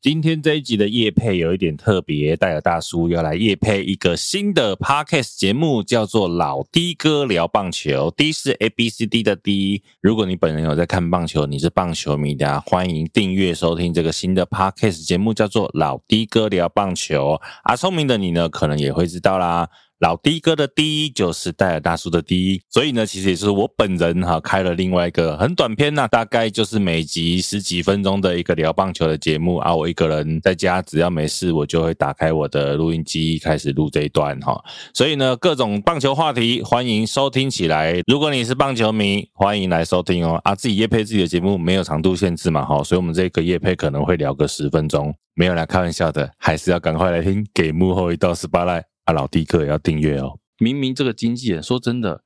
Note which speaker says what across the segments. Speaker 1: 今天这一集的夜配有一点特别，戴尔大叔要来夜配一个新的 podcast 节目，叫做《老的哥聊棒球》，D 是 A B C D 的 D。如果你本人有在看棒球，你是棒球迷的、啊，欢迎订阅收听这个新的 podcast 节目，叫做《老的哥聊棒球》。啊，聪明的你呢，可能也会知道啦。老的哥的的就是戴尔大叔的的，所以呢，其实也是我本人哈、开了另外一个很短篇呐、大概就是每集十几分钟的一个聊棒球的节目啊。我一个人在家，只要没事，我就会打开我的录音机开始录这一段哈、所以呢，各种棒球话题欢迎收听起来。如果你是棒球迷，欢迎来收听哦。啊，自己夜配自己的节目没有长度限制嘛哈、所以我们这个夜配可能会聊个十分钟，没有来开玩笑的，还是要赶快来听，给幕后一道 spotlight。啊，老弟哥也要订阅哦。明明这个经纪人，说真的，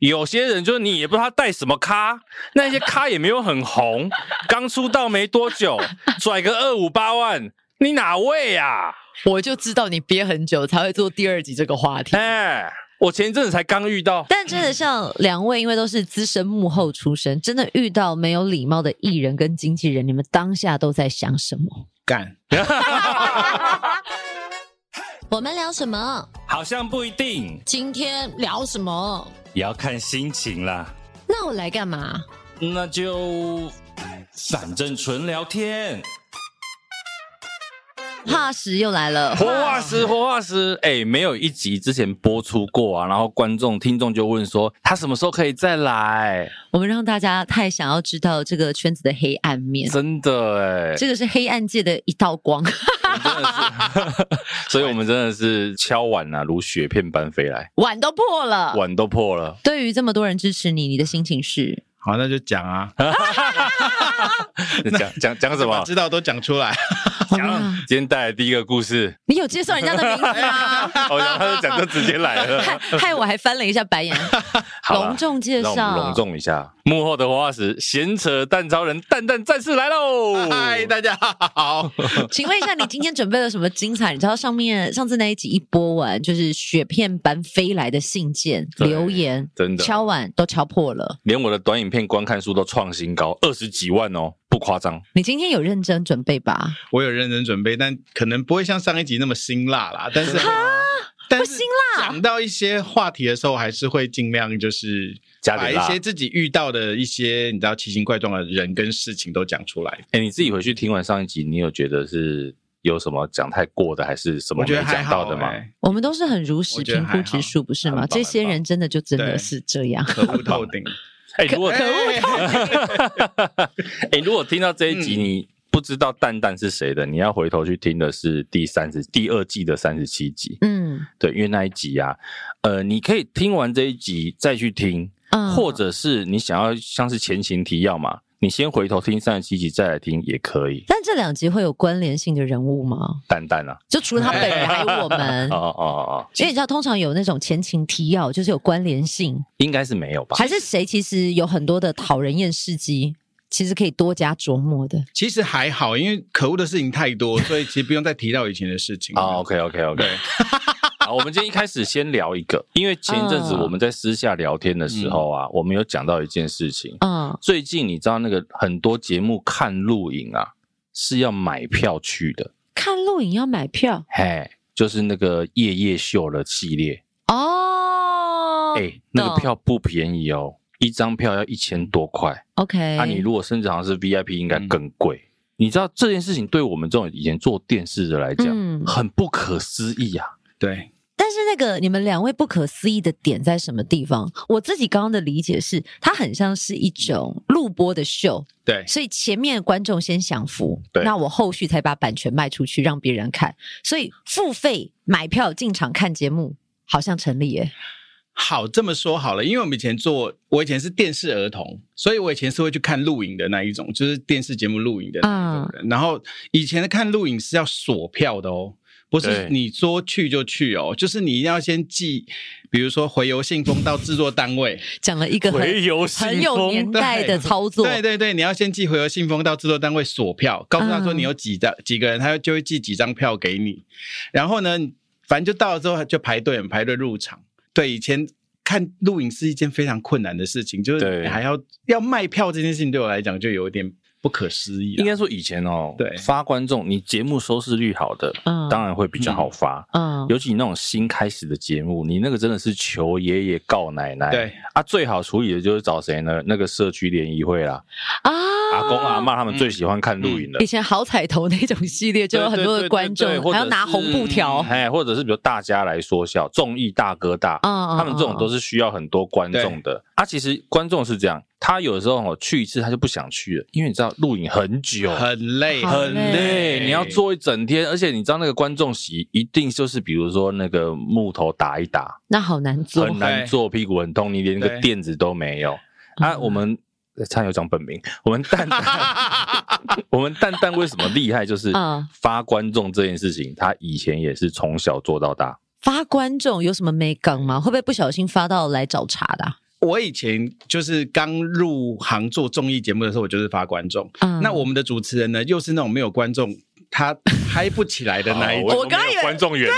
Speaker 1: 有些人就是你也不知道他带什么咖，那些咖也没有很红， 刚出道没多久，拽个二五八万，你哪位呀、啊？
Speaker 2: 我就知道你憋很久才会做第二集这个话题。
Speaker 1: 哎、我前一阵子才刚遇到，
Speaker 2: 但真的像两位，因为都是资深幕后出身，真的遇到没有礼貌的艺人跟经纪人，你们当下都在想什么？
Speaker 3: 干，
Speaker 2: 我们聊什么？
Speaker 1: 好像不一定，
Speaker 2: 今天聊什么？
Speaker 1: 也要看心情啦。
Speaker 2: 那我来干嘛？
Speaker 1: 那就反正纯聊天，
Speaker 2: 哈什又来 了，
Speaker 1: 活化石，活化石，哎、没有一集之前播出过啊，然后观众听众就问说他什么时候可以再来？
Speaker 2: 我们让大家太想要知道这个圈子的黑暗面，
Speaker 1: 真的哎、
Speaker 2: 这个是黑暗界的一道 光。
Speaker 1: 真的是， 所以我们真的是敲碗啊，如雪片般飞来，
Speaker 2: 碗都破了。
Speaker 1: 碗都破了。
Speaker 2: 对于这么多人支持你，你的心情是？
Speaker 3: 好，那就讲 啊，
Speaker 1: 讲讲讲什
Speaker 3: 把
Speaker 1: 么？
Speaker 3: 知道都讲出来。
Speaker 1: 讲今天带来第一个故事，
Speaker 2: 你有介绍人家的名字 吗？
Speaker 1: 哦，然后他就讲就直接来了。
Speaker 2: 害害我还翻了一下白眼。
Speaker 1: 好啦
Speaker 2: 隆重介
Speaker 1: 让我
Speaker 2: 绍，
Speaker 1: 们隆重一下，幕后的活化石，闲扯蛋超人蛋蛋战士来喽！
Speaker 3: 嗨，大家 好，
Speaker 2: 请问一下，你今天准备了什么精彩？你知道上面上次那一集一播完，就是雪片般飞来的信件、
Speaker 1: 对
Speaker 2: 留言，
Speaker 1: 真的
Speaker 2: 敲碗都敲破了。
Speaker 1: 连我的短影片观看数都创新高，二十几万哦，不夸张。
Speaker 2: 你今天有认真准备吧？
Speaker 3: 我有认真准备，但可能不会像上一集那么辛辣 啦。但是，但
Speaker 2: 不
Speaker 3: 是
Speaker 2: 辛辣
Speaker 3: 讲到一些话题的时候，还是会尽量就是
Speaker 1: 加
Speaker 3: 把
Speaker 1: 点
Speaker 3: 一
Speaker 1: 辣
Speaker 3: 些自己遇到的一些你知道奇形怪状的人跟事情都讲出来。
Speaker 1: 哎、你自己回去听完上一集，你有觉得是有什么讲太过的，还哎是什么
Speaker 3: 我
Speaker 1: 没
Speaker 3: 觉得还
Speaker 1: 讲
Speaker 3: 好
Speaker 1: 到的吗？
Speaker 3: 欸
Speaker 2: 我们都是很如实
Speaker 3: 我觉得
Speaker 2: 评
Speaker 3: 还
Speaker 2: 估指数，不是吗
Speaker 3: 很？棒
Speaker 2: 这些人真的就真的
Speaker 3: 对
Speaker 2: 是这样。
Speaker 3: 可恶透 顶，
Speaker 1: 哎、如果
Speaker 3: 可恶！
Speaker 1: 哎、如果听到这一集，
Speaker 3: 嗯
Speaker 1: 你不知道蛋蛋是谁的，你要回头去听的是第三十第二季的三十七集。
Speaker 2: 嗯
Speaker 1: 对，因为那一集啊，呃，你可以听完这一集再去听，
Speaker 2: 嗯，
Speaker 1: 或者是你想要像是前情提要嘛，你先回头听三十七集再来听也可以。
Speaker 2: 但这两集会有关联性的人物吗？
Speaker 1: 蛋蛋啊，
Speaker 2: 就除了他本人，还有我们
Speaker 1: 哦。哦哦哦，
Speaker 2: 因为你知道，通常有那种前情提要，就是有关联性，
Speaker 1: 应该是没有吧？
Speaker 2: 还是谁其实有很多的讨人厌事迹，其实可以多加琢磨的。
Speaker 3: 其实还好，因为可恶的事情太多，所以其实不用再提到以前的事情了。
Speaker 1: 啊、o k OK OK。好，我们今天一开始先聊一个，因为前一阵子
Speaker 2: 嗯
Speaker 1: 我们在私下聊天的时候啊，我们有讲到一件事情。
Speaker 2: 嗯，
Speaker 1: 最近你知道那个很多节目看录影啊是要买票去的，
Speaker 2: 看录影要买票
Speaker 1: 嘿，就是那个夜夜秀的系列，
Speaker 2: 哦。
Speaker 1: 哎、那个
Speaker 2: 懂
Speaker 1: 票不便宜哦，一张票要一千多块，
Speaker 2: OK，
Speaker 1: 啊，你如果甚至好像是 VIP 应该
Speaker 2: 嗯
Speaker 1: 更贵。你知道这件事情对我们这种以前做电视的来讲，
Speaker 2: 嗯
Speaker 1: 很不可思议 啊！
Speaker 3: 对，
Speaker 2: 但是那个你们两位不可思议的点在什么地方？我自己刚刚的理解是，它很像是一种录播的秀，
Speaker 3: 对，
Speaker 2: 所以前面观众先享福，
Speaker 1: 哎对
Speaker 2: 那我后续才把版权卖出去让别人看，所以付费买票进场看节目好像成立耶。
Speaker 3: 好，这么说好了，因为我们以前做，我以前是电视儿童，所以我以前是会去看录影的那一种，就是电视节目录影的那一种人。然后以前的看录影是要锁票的哦，不
Speaker 1: 对
Speaker 3: 是你说去就去哦，就是你一定要先寄，比如说回邮信封到制作单位，
Speaker 2: 讲了一个很
Speaker 1: 游
Speaker 2: 很有年代的操作，
Speaker 3: 对对对，你要先寄回邮信封到制作单位锁票，告诉他说
Speaker 2: 嗯
Speaker 3: 你有几张、几个人，他就会寄几张票给你。然后呢，反正就到了之后就排队排队入场。对，以前看录影是一件非常困难的事情，就
Speaker 1: 对
Speaker 3: 是还要要卖票这件事情对我来讲就有点不可思议
Speaker 1: 应
Speaker 3: 啊。
Speaker 1: 该说以前哦，
Speaker 3: 对
Speaker 1: 发观众，你节目收视率好的，
Speaker 2: 嗯
Speaker 1: 当然会比较好发。
Speaker 2: 嗯，
Speaker 1: 尤其你那种新开始的节目，你那个真的是求爷爷告奶奶。
Speaker 3: 对
Speaker 1: 啊，最好处理的就是找谁呢？那个社区联谊会啦，
Speaker 2: 啊，
Speaker 1: 阿公阿妈他们
Speaker 2: 嗯
Speaker 1: 最喜欢看录影的
Speaker 2: 以。前好彩头那种系列就有很多的观众
Speaker 1: 对对对对，对
Speaker 2: 嗯还要拿红布条
Speaker 3: 嗯，
Speaker 1: 哎，或者是比如大家来说笑，综艺大哥大，
Speaker 2: 嗯，
Speaker 1: 他们这种都是需要很多观众的。啊，其实观众是这样，他有的时候哦去一次他就不想去了，因为你知道录影很久，
Speaker 3: 很累，
Speaker 2: 好
Speaker 1: 很累，你要做一整天，而且你知道那个观众席一定就是，比如说那个木头打一打，
Speaker 2: 那好难做
Speaker 1: 很难做，屁股很痛，你连个
Speaker 3: 对
Speaker 1: 垫子都没有。啊，
Speaker 2: 嗯
Speaker 1: 我们呃差点有讲本名，我们蛋 蛋，我们蛋蛋为什么厉害？就是
Speaker 2: 嗯
Speaker 1: 发观众这件事情，他以前也是从小做到大。
Speaker 2: 发观众有什么美感吗？会不会不小心发到来找茬的啊？
Speaker 3: 我以前就是刚入行做综艺节目的时候，我就是发观众。
Speaker 2: 嗯
Speaker 3: 那我们的主持人呢，又是那种没有观众他嗨不起来的那 一种。
Speaker 2: 哦我刚以为
Speaker 1: 观众缘，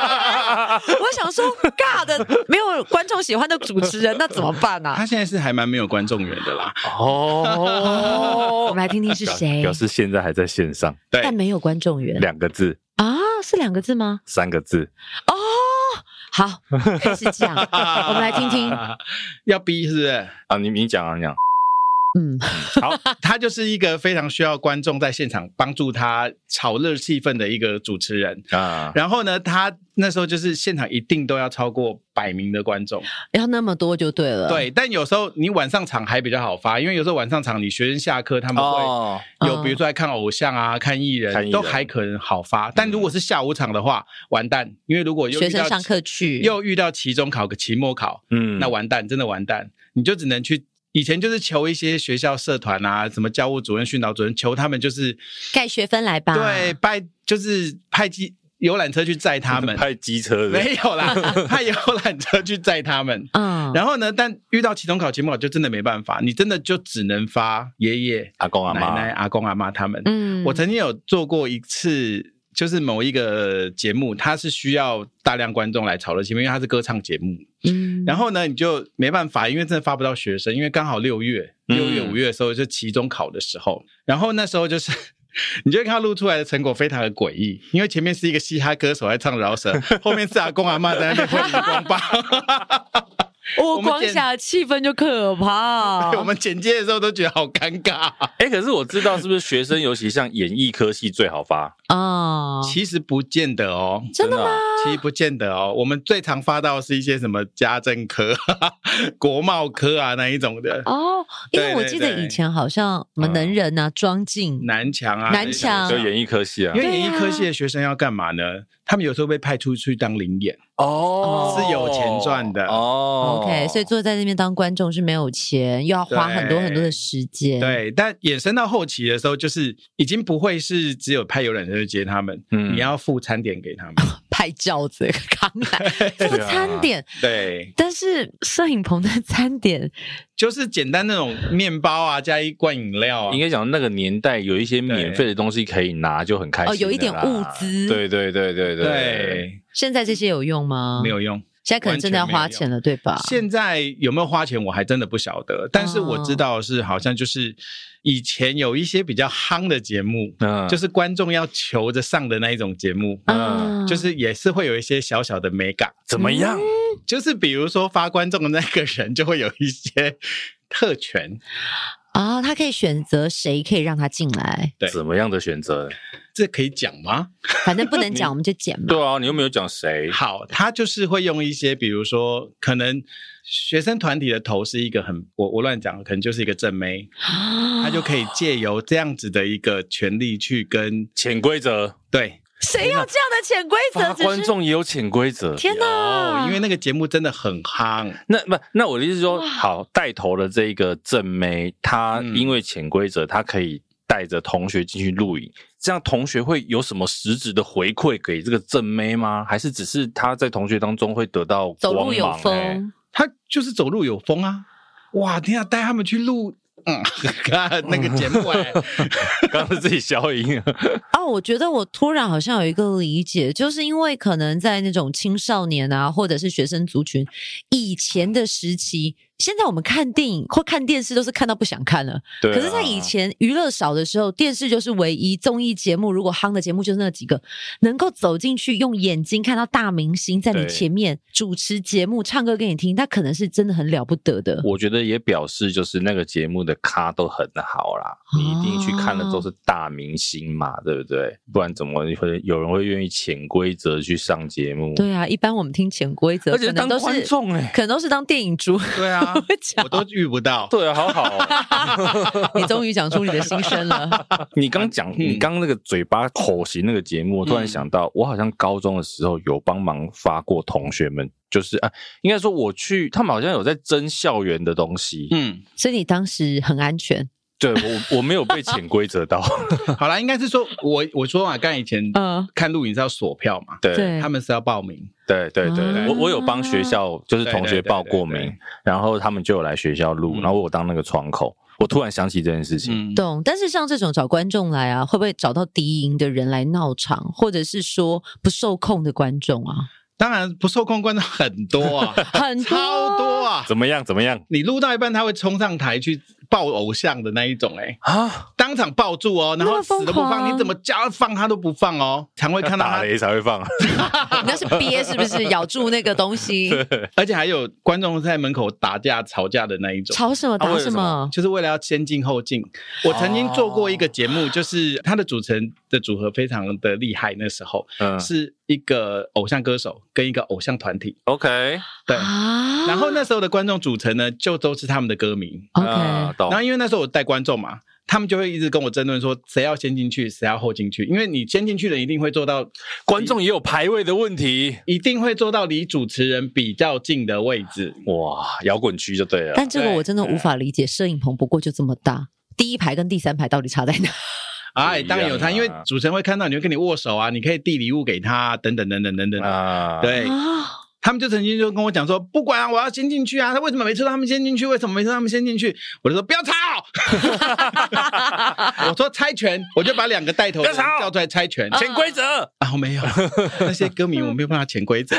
Speaker 2: 我想说，尬的没有观众喜欢的主持人，那怎么办啊呢、
Speaker 3: 他现在是还蛮没有观众缘的啦。
Speaker 2: 我
Speaker 1: 哦
Speaker 2: 们，来听听是谁
Speaker 1: 表，示现在还在线上，
Speaker 3: 对，
Speaker 2: 但没有观众缘
Speaker 1: 两个字，
Speaker 2: 啊？是两个字吗？
Speaker 1: 三个字，
Speaker 2: 哦，好，开 始讲， 我们来听听。
Speaker 3: 要逼是不是？
Speaker 1: 啊，你你讲啊，你讲。
Speaker 2: 嗯，
Speaker 3: 他就是一个非常需要观众在现场帮助他炒热气氛的一个主持人。
Speaker 1: 啊，
Speaker 3: 然后呢，他那时候就是现场一定都要超过百名的观众，
Speaker 2: 要那么多就对了。，
Speaker 3: 对。但有时候你晚上场还比较好发，因为有时候晚上场你学生下课他们会
Speaker 1: 哦，
Speaker 2: 嗯
Speaker 3: 有比如说来看偶像啊、看艺
Speaker 1: 看艺
Speaker 3: 人，
Speaker 1: 人
Speaker 3: 都还可能好发。但如果是下午场的话，完蛋，因为如果又
Speaker 2: 嗯学
Speaker 3: 遇
Speaker 2: 生
Speaker 3: 到
Speaker 2: 上课去
Speaker 3: 又遇到期中考、个期末考，
Speaker 1: 嗯，
Speaker 3: 那完蛋，真的完蛋，你就只能去。以前就是求一些学校社团啊，什么教务主任、训导主任，求他们就是
Speaker 2: 盖学分来吧。
Speaker 3: 对，派，就是派机游览车去载他们，
Speaker 1: 派机车的，
Speaker 3: 没有啦，派游览车去载 他们。
Speaker 2: 嗯，
Speaker 3: 然后呢，但遇到期中考、期末考就真的没办法，你真的就只能发爷爷、
Speaker 1: 阿公阿
Speaker 3: 奶
Speaker 1: 妈，
Speaker 3: 奶、阿公、阿妈他们。
Speaker 2: 嗯
Speaker 3: 我曾经有做过一次，就是某一个节目，它是需要大量观众来炒热气氛，因为它是歌唱节目。
Speaker 2: 嗯
Speaker 3: 然后呢，你就没办法，因为真的发不到学生，因为刚好六月、
Speaker 1: 嗯
Speaker 3: 六月、五月的时候就期中考的时候，然后那时候就是。 你就会看他录出来的成果非常的诡异，因为前面是一个嘻哈歌手在唱饶舌，后面是阿公阿妈在那边挥荧 光棒。
Speaker 2: 我
Speaker 3: 我们
Speaker 2: 哦光
Speaker 3: 见
Speaker 2: 想气氛就可怕。
Speaker 3: 我们剪接的时候都觉得好尴尬。
Speaker 2: 哦
Speaker 1: 哎，可是我知道，是不是学生，尤其像演艺科系最好发？
Speaker 2: 啊，
Speaker 3: 其实不见得哦，
Speaker 2: 真的
Speaker 1: 吗？
Speaker 3: 其实不见得哦，我们最常发到的是一些什么家政科、啊国贸科啊那一种的，
Speaker 2: 哦，因为
Speaker 3: 对
Speaker 2: 我
Speaker 3: 对
Speaker 2: 记得
Speaker 3: 对
Speaker 2: 以前好像我们能人啊，庄敬
Speaker 3: 南墙啊，
Speaker 2: 南墙
Speaker 1: 就演艺科系啊
Speaker 3: 因，为
Speaker 2: 对啊
Speaker 3: 演艺科系的学生要干嘛呢？他们有时候被派出去当领演，
Speaker 1: 哦
Speaker 3: 是有钱赚的
Speaker 1: 哦。
Speaker 2: OK，所以坐在那边当观众是没有钱，又要花
Speaker 3: 对
Speaker 2: 很多很多的时间。，
Speaker 3: 对。但衍生到后期的时候，就是已经不会是只有派游览车去接他们，
Speaker 1: 嗯
Speaker 3: 你要付餐点给他 们，
Speaker 2: 拍轿子、扛
Speaker 3: 啊
Speaker 2: 来这个餐点，
Speaker 3: 对，
Speaker 2: 但是摄影棚的餐点，
Speaker 3: 就是简单那种面包啊，加一罐饮料啊
Speaker 1: 应。该讲那个年代有一些免费的东西可以拿，就很开心的啦。
Speaker 2: 哦有一点物资
Speaker 1: 对对对对对对。
Speaker 3: 对，
Speaker 2: 现在这些有用吗？
Speaker 3: 没，有用。
Speaker 2: 现在可能真的要花钱了，对吧？
Speaker 3: 现在有没有花钱，我还真的不晓得。但是我知道的是，好像就是以前有一些比较夯的节目，
Speaker 1: 嗯
Speaker 3: 就是观众要求着上的那一种节目，
Speaker 2: 啊，
Speaker 3: 就是也是会有一些小小的美感。
Speaker 1: 怎么样？
Speaker 3: 就是比如说发观众的那个人就会有一些特权，
Speaker 2: 啊，他可以选择谁可以让他进来，
Speaker 3: 对
Speaker 1: 怎么样的选择？
Speaker 3: 这可以讲吗？
Speaker 2: 反正不能讲，我们就剪嘛。
Speaker 1: 对 啊，你又没有讲谁。
Speaker 3: 好，他就是会用一些，比如说可能学生团体的头是一个很我我乱讲，可能就是一个正妹，
Speaker 2: 他
Speaker 3: 他就可以借由这样子的一个权利去跟
Speaker 1: 潜规则，
Speaker 3: 对，
Speaker 2: 谁有这样的潜规则
Speaker 1: 发？
Speaker 2: 只是
Speaker 1: 观众也有潜规则。
Speaker 2: 天哪
Speaker 3: 哦，！因为那个节目真的很夯，
Speaker 1: 那不，那我的意思是说，好带头的这个正妹，她
Speaker 3: 嗯
Speaker 1: 因为潜规则，她可以带着同学进去录影，这样同学会有什么实质的回馈给这个正妹吗？还是只是她在同学当中会得到
Speaker 2: 走
Speaker 1: 光芒、
Speaker 2: 路有
Speaker 1: 哎
Speaker 2: 风，
Speaker 3: 他就是走路有风啊！哇，天啊，带他们去录，嗯， 那个节目哎、
Speaker 1: 刚刚是自己消 音，
Speaker 2: 哦，我觉得我突然好像有一个理解，就是因为可能在那种青少年啊，或者是学生族群以前的时期，现在我们看电影或看电视都是看到不想看了，
Speaker 1: 对啊、
Speaker 2: 可是，在以前娱乐少的时候，电视就是唯一综艺节目，如果夯的节目就是那几个，能够走进去用眼睛看到大明星在你
Speaker 1: 对
Speaker 2: 前面主持节目、唱歌给你听，那可能是真的很了不得的。
Speaker 1: 我觉得也表示就是那个节目的咖都很好啦，你一定去看的
Speaker 2: 哦
Speaker 1: 都是大明星嘛，对不对？不然怎么会有人会愿意潜规则去上节目？
Speaker 2: 对啊，一般我们听潜规则，
Speaker 1: 而且
Speaker 2: 可能
Speaker 1: 当
Speaker 2: 都
Speaker 1: 观
Speaker 2: 是
Speaker 1: 众欸
Speaker 2: 可能都是当电影猪。
Speaker 3: 对 啊，
Speaker 2: 会讲
Speaker 3: 我都遇不到。
Speaker 1: 对啊，好好 哦、
Speaker 2: 你终于讲出你的心声了。
Speaker 1: 你刚讲，你刚那个嘴巴口型那个节目，我
Speaker 2: 嗯
Speaker 1: 突然想到，我好像高中的时候有帮忙发过同学们，就是啊，应该说我去，他们好像有在争校园的东西。
Speaker 3: 嗯，
Speaker 2: 所以你当时很安全，
Speaker 1: 对我，我没有被潜规则 到。
Speaker 3: 好啦，应该是说我我说嘛，刚才以前
Speaker 2: 嗯、
Speaker 3: 看录影是要锁票嘛，
Speaker 1: 对
Speaker 2: 对
Speaker 3: 他们是要报名。
Speaker 1: 对对
Speaker 2: 啊
Speaker 1: 对，我我有帮学校就是同学报过
Speaker 3: 对对对对
Speaker 1: 名，然后他们就有来学校录，
Speaker 3: 嗯
Speaker 1: 然后我有当那个窗口。我突然想起这件事情，
Speaker 3: 嗯，
Speaker 2: 懂。但是像这种找观众来啊，会不会找到敌营的人来闹场，或者是说不受控的观 众啊？
Speaker 3: 当然不受控观众很多 啊，
Speaker 2: 很多
Speaker 3: 超多啊。
Speaker 1: 怎么样？怎么样
Speaker 3: 你录到一半，他会冲上台去抱偶像的那一种、哎，
Speaker 1: 啊？
Speaker 3: 当场抱住哦，然后
Speaker 2: 那么疯
Speaker 3: 死都不放，
Speaker 2: 狂
Speaker 3: 你怎么叫他放他都不放哦，常会
Speaker 1: 要
Speaker 3: 看 到
Speaker 1: 打
Speaker 3: 他，
Speaker 1: 雷才会 放，
Speaker 2: 那是憋是不是？咬住那个东 西，
Speaker 3: 而且还有观众在门口打架吵架的那一种。
Speaker 2: 吵什么
Speaker 1: 啊
Speaker 2: 打
Speaker 1: 为了
Speaker 2: 什
Speaker 1: 什
Speaker 2: 么
Speaker 1: 么。
Speaker 3: 就是为了要先进后进，我曾经做过一个节目，就是他的主持人的组合非常的厉害。那时候
Speaker 1: 嗯
Speaker 3: 是一个偶像歌手跟一个偶像团体，
Speaker 1: ，OK，
Speaker 3: 对。
Speaker 1: 哦
Speaker 2: 啊
Speaker 3: 然后那时候的观众组成呢，就都是他们的歌迷。
Speaker 1: 啊
Speaker 2: ？OK，
Speaker 1: 懂
Speaker 3: 然后因为那时候我带观众嘛，他们就会一直跟我争论说谁要先进去，谁要后进去。因为你先进去的一定会做到，
Speaker 1: 观众也有排位的问题，
Speaker 3: 一定会做到离主持人比较近的位置。
Speaker 1: 哇，摇滚区就对了。
Speaker 2: 但这个我真的无法理解。摄影棚不过就这么大，第一排跟第三排到底差在哪？
Speaker 3: 哎，
Speaker 1: 不一样啊
Speaker 3: 当然有他，因为主持人会看到你，会跟你握手啊，你可以递礼物给他，等等等等等等。
Speaker 1: 啊，
Speaker 3: 对，
Speaker 2: 啊，
Speaker 3: 他们就曾经就跟我讲说，不管啊，我要先进去啊，他为什么每次都他们先进去？为什么每次他们先进去？我就说 不要吵，我说猜拳，我就把两个带头的人
Speaker 1: 不要吵
Speaker 3: 叫出来猜拳。
Speaker 1: 潜规
Speaker 2: 哦
Speaker 1: 则，
Speaker 3: 啊，我没有那些歌迷，我没有办法潜规则。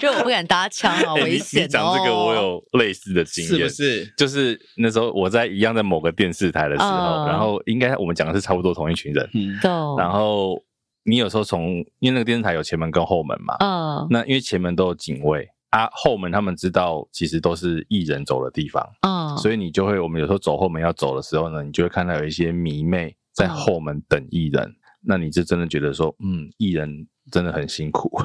Speaker 2: 这我不敢搭腔啊，
Speaker 1: 哎你
Speaker 2: 危险
Speaker 1: 你
Speaker 2: 哦。
Speaker 1: 讲这个，我有类似的经
Speaker 3: 是
Speaker 1: 验
Speaker 3: 不。是？
Speaker 1: 就是那时候我在一样在某个电视台的时候，
Speaker 2: 嗯
Speaker 1: 然后应该我们讲的是差不多同一群人，
Speaker 3: 嗯，
Speaker 2: 懂。
Speaker 1: 然后你有时候从因为那个电视台有前门跟后门
Speaker 3: 哦
Speaker 1: 嘛，
Speaker 2: 嗯
Speaker 1: 那因为前门都有警卫啊，后门他们知道其实都是艺人走的地方，
Speaker 3: 哦
Speaker 2: 嗯，
Speaker 1: 所以你就会我们有时候走后门要走的时候呢，你就会看到有一些迷妹在后门等艺人，那你就真的觉得说，嗯，艺人真的很辛 苦。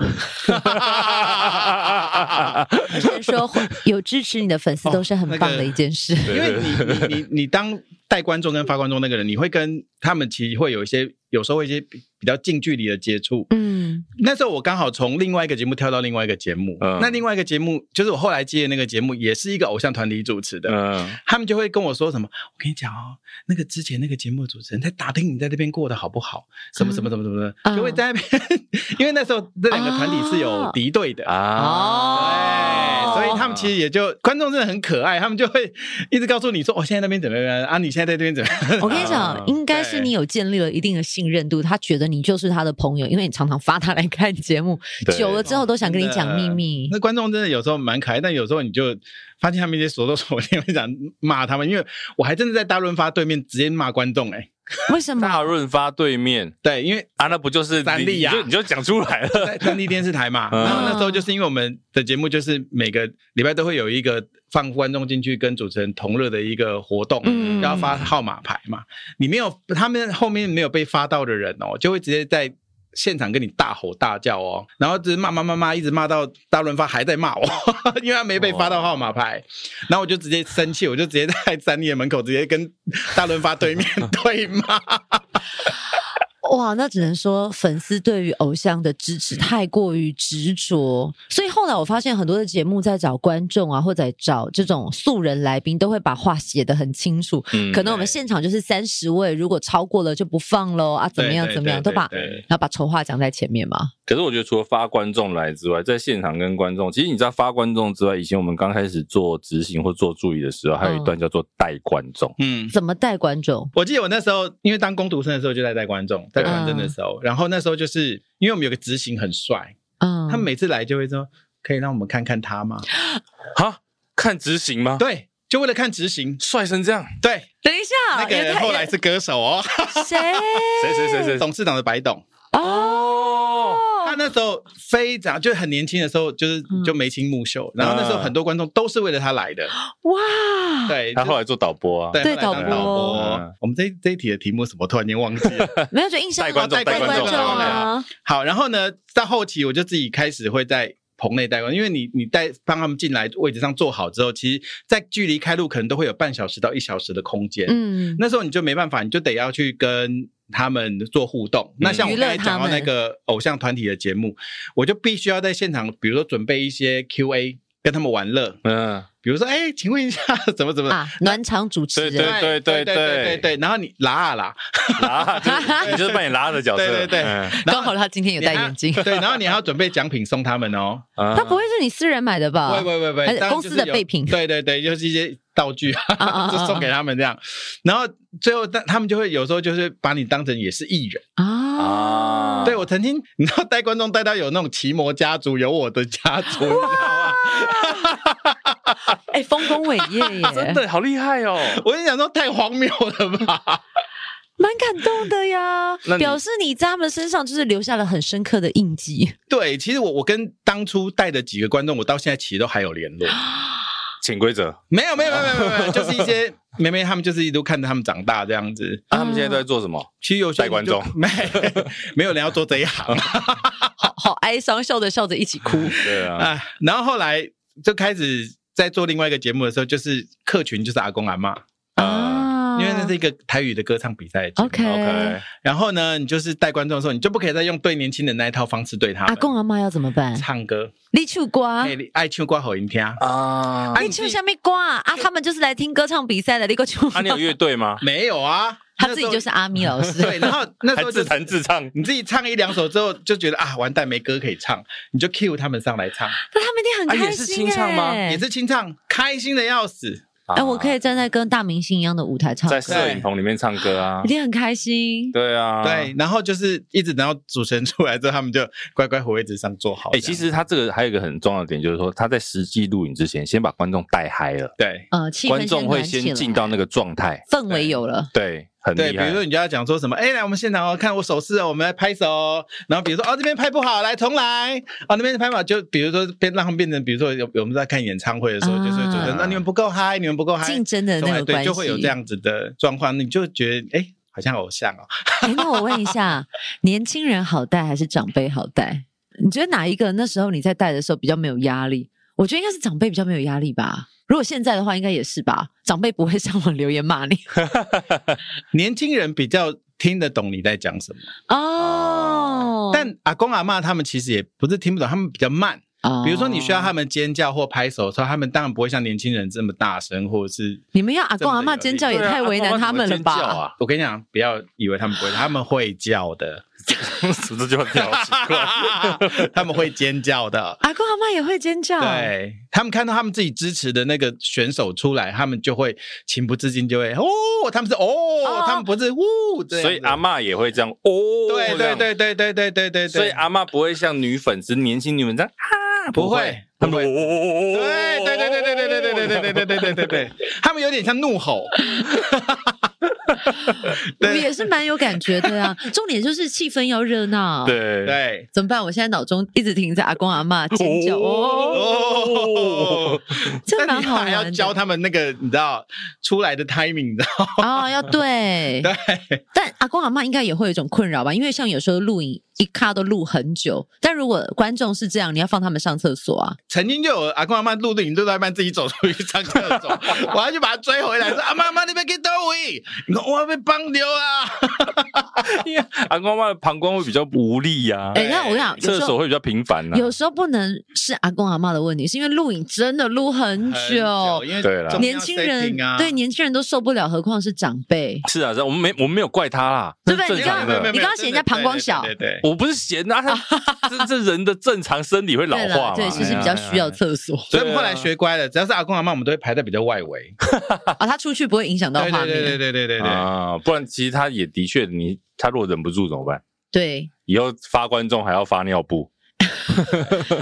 Speaker 2: 以先说有支持你的粉丝都是很棒的一件事。
Speaker 1: 对
Speaker 3: 因为你你你你当带观众跟发观众那个人，你会跟他们其实会有一些，有时候会一些比比较近距离的接触。
Speaker 2: 嗯，
Speaker 3: 那时候我刚好从另外一个节目跳到另外一个节目，
Speaker 1: 嗯
Speaker 3: 那另外一个节目就是我后来接的那个节目，也是一个偶像团体主持的。
Speaker 1: 嗯，
Speaker 3: 他们就会跟我说什么，我跟你讲哦，那个之前那个节目的主持人在打听你在那边过得好不好，什么什么什么什么
Speaker 2: 嗯
Speaker 3: 的，就会在那边， 因为那时候这两个团体是有敌对的，
Speaker 1: 啊，
Speaker 2: 哦
Speaker 3: 对，所以他们其实也就观众真的很可爱，他们就会一直告诉你说，哦，现在那边怎么样啊？你现在在这边怎么样？
Speaker 2: 我跟你讲
Speaker 1: 啊，
Speaker 2: 应该是你有建立了一定的信任度，他觉得你就是他的朋友，因为你常常发他来看节目，
Speaker 1: 对
Speaker 2: 久了之后都想跟你讲秘密
Speaker 3: 那。观众真的有时候蛮可爱，但有时候你就发现他们一些所作 所为，会想骂他们，因为我还真的在大润发对面直接骂观众哎、
Speaker 2: 为什么？
Speaker 1: 大润发对面
Speaker 3: 对，因为
Speaker 1: 啊，那不就是
Speaker 3: 三
Speaker 1: 你
Speaker 3: 立啊呀
Speaker 1: 你就你就讲出来了。
Speaker 3: 在三立电视台嘛，
Speaker 1: 嗯
Speaker 3: 然后那时候就是因为我们的节目就是每个礼拜都会有一个放观众进去跟主持人同乐的一个活动，
Speaker 2: 嗯
Speaker 3: 然后发号码牌嘛，你没有他们后面没有被发到的人哦，就会直接在。现场跟你大吼大叫哦，然后就是骂骂骂骂，一直骂到大润发还在骂我， 因为他没被发到号码牌，然后我就直接生气，我就直接在三立的门口直接跟大润发对面 对骂，
Speaker 2: 哇，那只能说粉丝对于偶像的支持太过于执着，所以后来我发现很多的节目在找观众啊，或者找这种素人来宾，都会把话写得很清楚。
Speaker 1: 嗯
Speaker 2: 可能我们
Speaker 3: 对
Speaker 2: 现场就是三十位，如果超过了就不放喽啊，怎么样
Speaker 3: 对对
Speaker 2: 怎么样，
Speaker 3: 对
Speaker 2: 都把
Speaker 3: 对对
Speaker 2: 然后把丑话讲在前面嘛。
Speaker 1: 可是我觉得除了发观众来之外，在现场跟观众，其实你知道发观众之外，以前我们刚开始做执行或做助理的时候，还有一段叫做带观众。
Speaker 3: 嗯，
Speaker 2: 怎么带观众？
Speaker 3: 我记得我那时候，因为当工读生的时候就在带观众，在传真的时候，然后那时候就是因为我们有个执行很帅，
Speaker 2: 嗯，
Speaker 3: 他每次来就会说，可以让我们看看他吗？
Speaker 1: 哈，看执行吗？，
Speaker 3: 对，就为了看执行。
Speaker 1: 帅成这样，
Speaker 3: 对，
Speaker 2: 等一下，
Speaker 3: 那个人后来是歌手哦，
Speaker 2: 谁？
Speaker 1: 谁谁谁谁
Speaker 3: 董事长的白董，
Speaker 1: 哦，
Speaker 3: 他那时候非常就很年轻的时候，就是
Speaker 2: 嗯
Speaker 3: 就眉清目秀，然后那时候很多观众都是为了他来的。
Speaker 2: 哇，
Speaker 3: 对，
Speaker 1: 他
Speaker 3: 就
Speaker 1: 后来做导播啊，
Speaker 3: 对
Speaker 2: 对
Speaker 3: 后来当
Speaker 1: 导
Speaker 3: 导
Speaker 1: 播
Speaker 3: 播
Speaker 1: 嗯。
Speaker 3: 我们这这一题的题目什么？突然间忘记了。
Speaker 2: 没有就印象
Speaker 1: 带观众
Speaker 2: 啊带
Speaker 1: 带观
Speaker 2: 观
Speaker 1: 众
Speaker 2: 众啊，
Speaker 3: 好，然后呢，到后期我就自己开始会在棚内带观众，因为你你带帮他们进来位置上坐好之后，其实，在距离开路可能都会有半小时到一小时的空间。
Speaker 2: 嗯，
Speaker 3: 那时候你就没办法，你就得要去跟他们做互动。那像我刚才讲到那个偶像团体的节目，我就必须要在现场，比如说准备一些 Q&A 跟他们玩乐，
Speaker 1: 嗯，
Speaker 3: 比如说，哎，请问一下怎么怎么。
Speaker 2: 啊，暖场主持
Speaker 1: 对
Speaker 2: 人，
Speaker 1: 对对
Speaker 3: 对
Speaker 1: 对
Speaker 3: 对对对，然后你拉啊拉，
Speaker 1: 拉，就是你就是扮演拉的角色，
Speaker 3: 对对对
Speaker 1: 嗯
Speaker 3: 然
Speaker 2: 刚
Speaker 3: 后
Speaker 2: 好他今天有戴眼镜
Speaker 3: 你，还对，然后你还要准备奖品送他们哦。
Speaker 1: 啊
Speaker 2: 他不会是你私人买的吧？
Speaker 3: 喂喂
Speaker 2: 啊
Speaker 3: 喂
Speaker 2: 还
Speaker 3: 喂，
Speaker 2: 是
Speaker 3: 当然
Speaker 2: 公司
Speaker 3: 就是
Speaker 2: 的
Speaker 3: 有
Speaker 2: 备品
Speaker 3: 对对对，就是一些道具啊，
Speaker 2: 啊啊啊
Speaker 3: 就送给他们这样。然后最后，但他们就会有时候就是把你当成也是艺人。
Speaker 2: 啊，
Speaker 3: 对我曾经，你知道带观众带到有那种奇摩家族，有我的家族，你知道吗？
Speaker 2: 哎，丰功伟业 耶，
Speaker 1: 真的好厉害哦，
Speaker 3: 我就想说太荒谬了吧？
Speaker 2: 蛮感动的呀
Speaker 1: 那，你
Speaker 2: 表示你在他们身上就是留下了很深刻的印记。
Speaker 3: 对，其实我我跟当初带的几个观众，我到现在其实都还有联络。
Speaker 1: 潜规则啊，
Speaker 3: 没有没有没有没有没有，就是一些妹妹她们就是一路看着他们长大这样子。
Speaker 1: 啊他们现在都在做什么？
Speaker 3: 其实有些
Speaker 1: 带观众
Speaker 3: 人就没 没有人要做这一行，啊
Speaker 2: 好好哀伤，笑着笑着一起哭。
Speaker 1: 对啊，
Speaker 3: 啊，然后后来就开始在做另外一个节目的时候，就是客群就是阿公阿妈，
Speaker 2: 啊，
Speaker 3: 因为那是一个台语的歌唱比赛的节目
Speaker 2: OK 嗯
Speaker 1: OK，
Speaker 3: 然后呢，你就是带观众的时候，你就不可以再用对年轻人那一套方式对他们
Speaker 2: 阿公啊阿妈要怎么办？
Speaker 3: 唱歌，
Speaker 2: 你去瓜，
Speaker 3: 哎、爱唱歌好音听。
Speaker 1: 啊
Speaker 3: 啊，
Speaker 2: 你
Speaker 3: 你
Speaker 2: 去
Speaker 3: 自己
Speaker 2: 下面瓜啊，他们就是来听歌唱比赛的，你个去。
Speaker 1: 啊，你有乐队吗？
Speaker 3: 没有啊，
Speaker 2: 他自己
Speaker 3: 那时候
Speaker 2: 就是阿咪老师，
Speaker 3: 对，然后那时
Speaker 1: 还
Speaker 3: 候
Speaker 1: 自
Speaker 3: 就
Speaker 1: 弹自唱，
Speaker 3: 你自己唱一两首之后，就觉得啊，完蛋，没歌可以唱，你就 cue 他们上来唱，
Speaker 2: 但他们一定很
Speaker 1: 啊也
Speaker 2: 开
Speaker 1: 是
Speaker 2: 心
Speaker 1: 清唱吗
Speaker 2: 哎
Speaker 3: 也是清唱，开心的要死。
Speaker 2: 哎，我可以站在跟大明星一样的舞台唱
Speaker 1: 啊在
Speaker 2: 歌，
Speaker 1: 摄影棚里面唱歌啊
Speaker 2: 一，定很开心。
Speaker 1: 对啊，
Speaker 3: 对，然后就是一直等到主持人出来之后，他们就乖乖回位置上坐好。
Speaker 1: 哎、
Speaker 3: 这
Speaker 1: 其
Speaker 3: 样
Speaker 1: 实他这个还有一个很重要的点，就是说他在实际录影之前，先把观众带嗨了，
Speaker 3: 对。
Speaker 2: 呃，气氛
Speaker 1: 观众会
Speaker 2: 暖起
Speaker 1: 先进
Speaker 2: 来
Speaker 1: 到那个状态，
Speaker 2: 氛围有了，
Speaker 1: 对，很厉
Speaker 3: 对，比
Speaker 1: 害
Speaker 3: 如。说你就要讲说什么，哎、来我们现场哦，看我手势哦，我们来拍手哦。然后比如说哦这边拍不好，来重来，哦那边拍不好，就比如说变让他们变成，比如说有有我们在看演唱会的时候，
Speaker 2: 啊
Speaker 3: 就是主持人，那你们不够嗨，你们不够嗨，
Speaker 2: 竞争的
Speaker 3: 重
Speaker 2: 那
Speaker 3: 来
Speaker 2: 个关
Speaker 3: 对，
Speaker 2: 系
Speaker 3: 就会有这。样子的状况，你就觉得哎、好像偶像哦，
Speaker 2: 哎，那我问一下，年轻人好带还是长辈好带？你觉得哪一个那时候你在带的时候比较没有压力？我觉得应该是长辈比较没有压力吧。如果现在的话，应该也是吧。长辈不会上网留言骂你
Speaker 3: 年轻人比较听得懂你在讲什么，
Speaker 2: 哦。
Speaker 3: 但阿公阿嬷他们其实也不是听不懂，他们比较慢。
Speaker 2: 哦
Speaker 3: 比如说你需要他，们尖叫或拍手的时候，他们当然不会像年轻人这么大声，或者是
Speaker 2: 你们要阿公阿妈尖叫也
Speaker 1: 对啊
Speaker 2: 太为难他们了吧？
Speaker 1: 阿公阿
Speaker 3: 我跟你讲，不要以为他们不会，他们会叫的，
Speaker 1: 嬷怎么尖叫啊，这句话比较奇怪。
Speaker 3: 他们会尖叫的。
Speaker 2: 阿公阿妈也会尖叫，
Speaker 3: 对他们看到他们自己支持的那个选手出来，他们就会情不自禁就会哦，他们是哦，
Speaker 2: 哦
Speaker 3: 他们不是呜，这样子
Speaker 1: 所以阿嬷也会这样哦，
Speaker 3: 对
Speaker 1: 这
Speaker 3: 对
Speaker 1: 样
Speaker 3: 对对对对对对，
Speaker 1: 所以阿嬷不会像女粉丝、年轻女粉这样啊，
Speaker 3: 不会
Speaker 1: 他
Speaker 3: 不
Speaker 1: 们
Speaker 3: 会
Speaker 1: 哦哦哦哦哦，
Speaker 3: 对对对对对对对对对对对对对对对，他们有点像怒吼，
Speaker 2: 我
Speaker 3: 对
Speaker 2: 也是蛮有感觉的 啊。重点就是气氛要热闹。
Speaker 1: 对对
Speaker 3: 对
Speaker 2: 怎么办？我现在脑中一直停在阿公阿妈尖叫哦，
Speaker 3: 哦，
Speaker 2: 这
Speaker 3: 但
Speaker 2: 蛮
Speaker 3: 你
Speaker 2: 好玩
Speaker 3: 还
Speaker 2: 的。
Speaker 3: 要教他们那个你知道出来的 timing，你知道
Speaker 2: 哦，要对
Speaker 3: 对。
Speaker 2: 但阿公阿妈应该也会有一种困扰吧，因为像有时候录影一卡都录很久，但如果观众是这样，你要放他们上厕所啊，
Speaker 3: 曾经就有阿公阿妈录的影录到一半自己走出去上厕 所，我还去把他追回来，说：“阿妈阿妈，你别给到位，你说我要被帮丢啊
Speaker 1: 因为阿公阿嬷的膀胱会比较无力呀、
Speaker 2: 哎、
Speaker 3: 对
Speaker 2: 那我想有
Speaker 1: 厕
Speaker 2: 时
Speaker 1: 所
Speaker 2: 候
Speaker 1: 会比较频繁呐、
Speaker 2: 有时候不能是阿公阿妈的问题，是因为录影真的录很！”久，
Speaker 3: 因为
Speaker 1: 对啦
Speaker 3: 重要
Speaker 2: 年轻人
Speaker 3: setting 啊，
Speaker 2: 对年轻人都受不了，何况是长辈。
Speaker 1: 是啊，是啊，我们没我们没有怪他啦，
Speaker 2: 对不对
Speaker 1: 这是正常
Speaker 2: 你刚
Speaker 1: 的
Speaker 2: 刚。刚嫌人家膀胱小
Speaker 3: 对对，
Speaker 1: 我不是闲啊，他 这这人的正常生理会老
Speaker 2: 对
Speaker 1: 化
Speaker 2: 了，
Speaker 1: 嘛，
Speaker 2: 对，就是比较需
Speaker 3: 哎
Speaker 2: 要厕所
Speaker 3: 所以我们后来学乖了，只要是阿公阿妈，我们都会排在比较外围，
Speaker 2: 啊，他出去不会影响到
Speaker 3: 对
Speaker 2: 画
Speaker 3: 对
Speaker 2: 面。
Speaker 3: 对对对对对对，
Speaker 1: 啊，不然其实他也的确，你他如果忍不住怎么办？
Speaker 2: 对
Speaker 1: 以后发观众还要发尿布，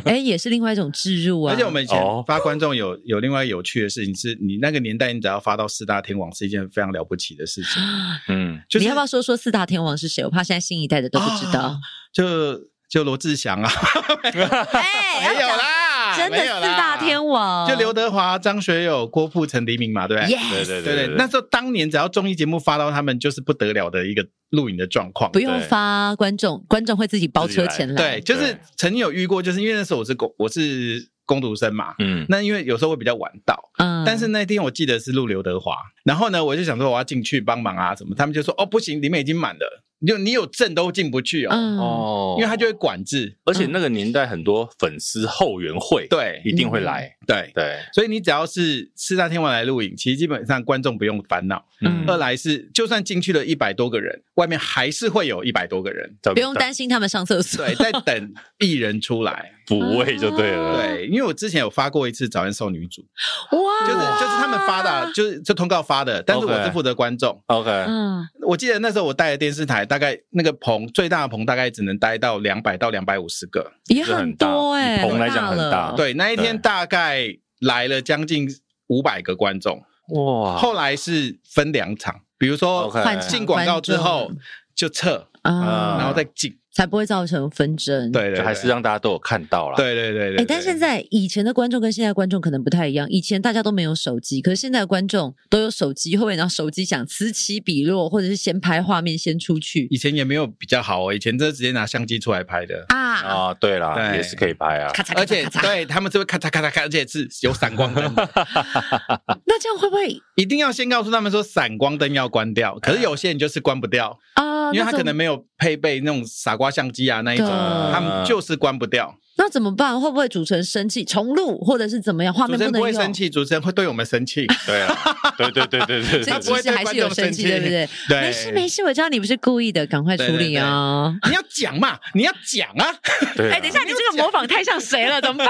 Speaker 2: 哎、也是另外一种置入啊。
Speaker 3: 而且我们以前
Speaker 1: 哦
Speaker 3: 发观众有有另外有趣的事情是，你那个年代你只要发到四大天王是一件非常了不起的事情，
Speaker 1: 嗯，
Speaker 3: 就是
Speaker 2: 你要不要说说四大天王是谁？我怕现在新一代的都不知道
Speaker 3: 啊。就就罗志祥啊，
Speaker 2: 哎、
Speaker 3: 没有啦，
Speaker 2: 真的
Speaker 3: 没有
Speaker 2: 四
Speaker 3: 啦
Speaker 2: 大天王，
Speaker 3: 就刘德华、张学友、郭富城、黎明嘛，对不对？
Speaker 2: Yes
Speaker 1: 对对
Speaker 3: 对对，那时候当年只要综艺节目发到他们，就是不得了的一个录影的状况。
Speaker 2: 不用发观众，观众会自己包车前来。
Speaker 3: 对，就是
Speaker 1: 对
Speaker 3: 曾经有遇过，就是因为那时候我是
Speaker 2: 嗯
Speaker 3: 工我是工读生嘛，
Speaker 1: 嗯，
Speaker 3: 那因为有时候会比较晚到，
Speaker 2: 嗯
Speaker 3: 但是那天我记得是录刘德华，然后呢，我就想说我要进去帮忙啊什么，他们就说哦不行，里面已经满了，你就你有证都进不去哦，
Speaker 2: 嗯
Speaker 1: 哦
Speaker 3: 因为他就会管制，
Speaker 1: 而且那个年代很多粉丝后援会，，
Speaker 3: 对
Speaker 1: 一定会
Speaker 2: 嗯
Speaker 1: 来，
Speaker 3: 对。
Speaker 1: 对，
Speaker 3: 所以你只要是四大天王来录影，其实基本上观众不用烦恼。
Speaker 2: 嗯
Speaker 1: 呃
Speaker 3: 二来是，就算进去了一百多个人，外面还是会有一百多 个人，
Speaker 1: 不
Speaker 2: 不用担心他们上厕所。
Speaker 3: 对，在等艺人出来。
Speaker 1: 补位就 对了，
Speaker 3: 对，因为我之前有发过一次早安少女组，
Speaker 2: 哇，
Speaker 3: 就是就是他们发的啊，就是这通告发的，但是
Speaker 1: 哦 OK
Speaker 3: 我是负责观众。
Speaker 1: ，OK，
Speaker 2: 嗯，
Speaker 3: 我记得那时候我带的电视台，大概那个棚最大的棚大概只能待到两百到两百五十个。
Speaker 2: 也很
Speaker 1: 是
Speaker 2: 多
Speaker 1: 很大
Speaker 2: 哎、
Speaker 1: 以棚来讲很大
Speaker 2: 了
Speaker 1: 哦
Speaker 3: 对，那一天
Speaker 1: 对
Speaker 3: 大概来了将近五百个观众，
Speaker 1: 哇，
Speaker 3: 后来是分两场，比如说
Speaker 1: 哦 OK
Speaker 2: 换场
Speaker 3: 进广告之后
Speaker 2: 观众
Speaker 3: 就撤，
Speaker 2: 啊，
Speaker 1: 嗯
Speaker 3: 然后再进。
Speaker 2: 才不会造成纷争。。
Speaker 3: 对对，
Speaker 1: 就
Speaker 3: 对
Speaker 1: 还是让大家都有看到啦。
Speaker 3: 对对对对
Speaker 2: 哎、
Speaker 3: 对。
Speaker 2: 但现在以前的观众跟现在观众可能不太一样。以前大家都没有手机，可是现在的观众都有手机，会不会让手机想此起彼落，或者是先拍画面先出去
Speaker 3: 以前也没有比较好哦，以前都直接拿相机出来拍的，
Speaker 2: 啊？
Speaker 1: 啊，对啦，
Speaker 3: 对
Speaker 1: 也是可以拍啊，
Speaker 2: 咔嚓咔
Speaker 3: 哦而
Speaker 2: 嚓
Speaker 3: 且
Speaker 2: 咔嚓。
Speaker 3: 对他们是会咔嚓咔嚓咔，而且是有闪光灯的，
Speaker 2: 那这样会不会
Speaker 3: 一定要先告诉他们说闪光灯要关掉。可是有些人就是关不掉，
Speaker 2: 啊？
Speaker 3: 因为
Speaker 2: 那
Speaker 3: 他
Speaker 2: 怎
Speaker 3: 可
Speaker 2: 么
Speaker 3: 能没有配备那种傻瓜相机啊那一种，
Speaker 2: 对
Speaker 3: 他们就是关不掉。
Speaker 2: 那怎么办？会不会主持人生气重录，或者是怎么样？画
Speaker 3: 主
Speaker 2: 面
Speaker 3: 持人
Speaker 2: 能
Speaker 3: 不会
Speaker 2: 用。
Speaker 3: 生气，主持人会对我们生气，
Speaker 1: 对啊，对对对对对
Speaker 2: 所以
Speaker 1: 对
Speaker 3: 他不
Speaker 2: 其
Speaker 1: 对，
Speaker 3: 会
Speaker 2: 实
Speaker 3: 对
Speaker 2: 还是有
Speaker 3: 观众
Speaker 2: 生
Speaker 3: 生
Speaker 2: 气，
Speaker 3: 气
Speaker 2: 对不对？
Speaker 3: 对，
Speaker 2: 没事没事，我知道你不是故意的，赶快处
Speaker 3: 对对
Speaker 2: 理啊！
Speaker 3: 你要讲嘛，你要讲啊！
Speaker 1: 对啊
Speaker 2: 哎，等一下，你这个模仿太像谁了？怎 么办？哦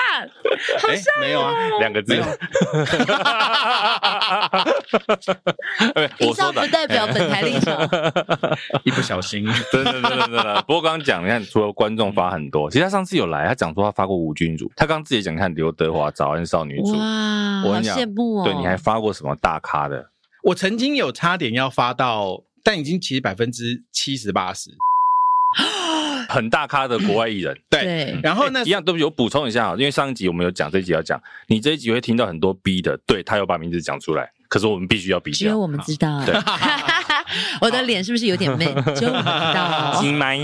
Speaker 3: 哎，没有啊，
Speaker 1: 两个字
Speaker 3: 没有。
Speaker 1: 哎
Speaker 2: 以
Speaker 1: 我
Speaker 2: 上
Speaker 1: 说
Speaker 2: 不
Speaker 1: 的，
Speaker 2: 代表本台立场。
Speaker 3: 一不小心，
Speaker 1: 真的真的真的。不过刚刚讲，你看，除了观众发很多，其实他上次有来，他讲说他发过吴君如，他刚刚自己讲，你看刘德华、早安少女组，
Speaker 2: 哇，
Speaker 1: 我
Speaker 2: 好
Speaker 1: 跟你讲
Speaker 2: 羡慕哦！
Speaker 1: 对，你还发过什么大咖的？
Speaker 3: 我曾经有差点要发到，但已经其实百分之七十八十。
Speaker 1: 很大咖的国外 艺人。
Speaker 3: 对，嗯
Speaker 2: 对
Speaker 3: 然后呢
Speaker 1: 哎一，样，对不起，我补充一下啊，因为上一集我们有讲，这一集要讲，你这一集会听到很多 B 的，对他有把名字讲出来，可是我们必须要比
Speaker 2: 只有
Speaker 1: 较。
Speaker 2: 我们知道。 我的脸是不是有点闷？只有我们知道。哦
Speaker 1: 金麦，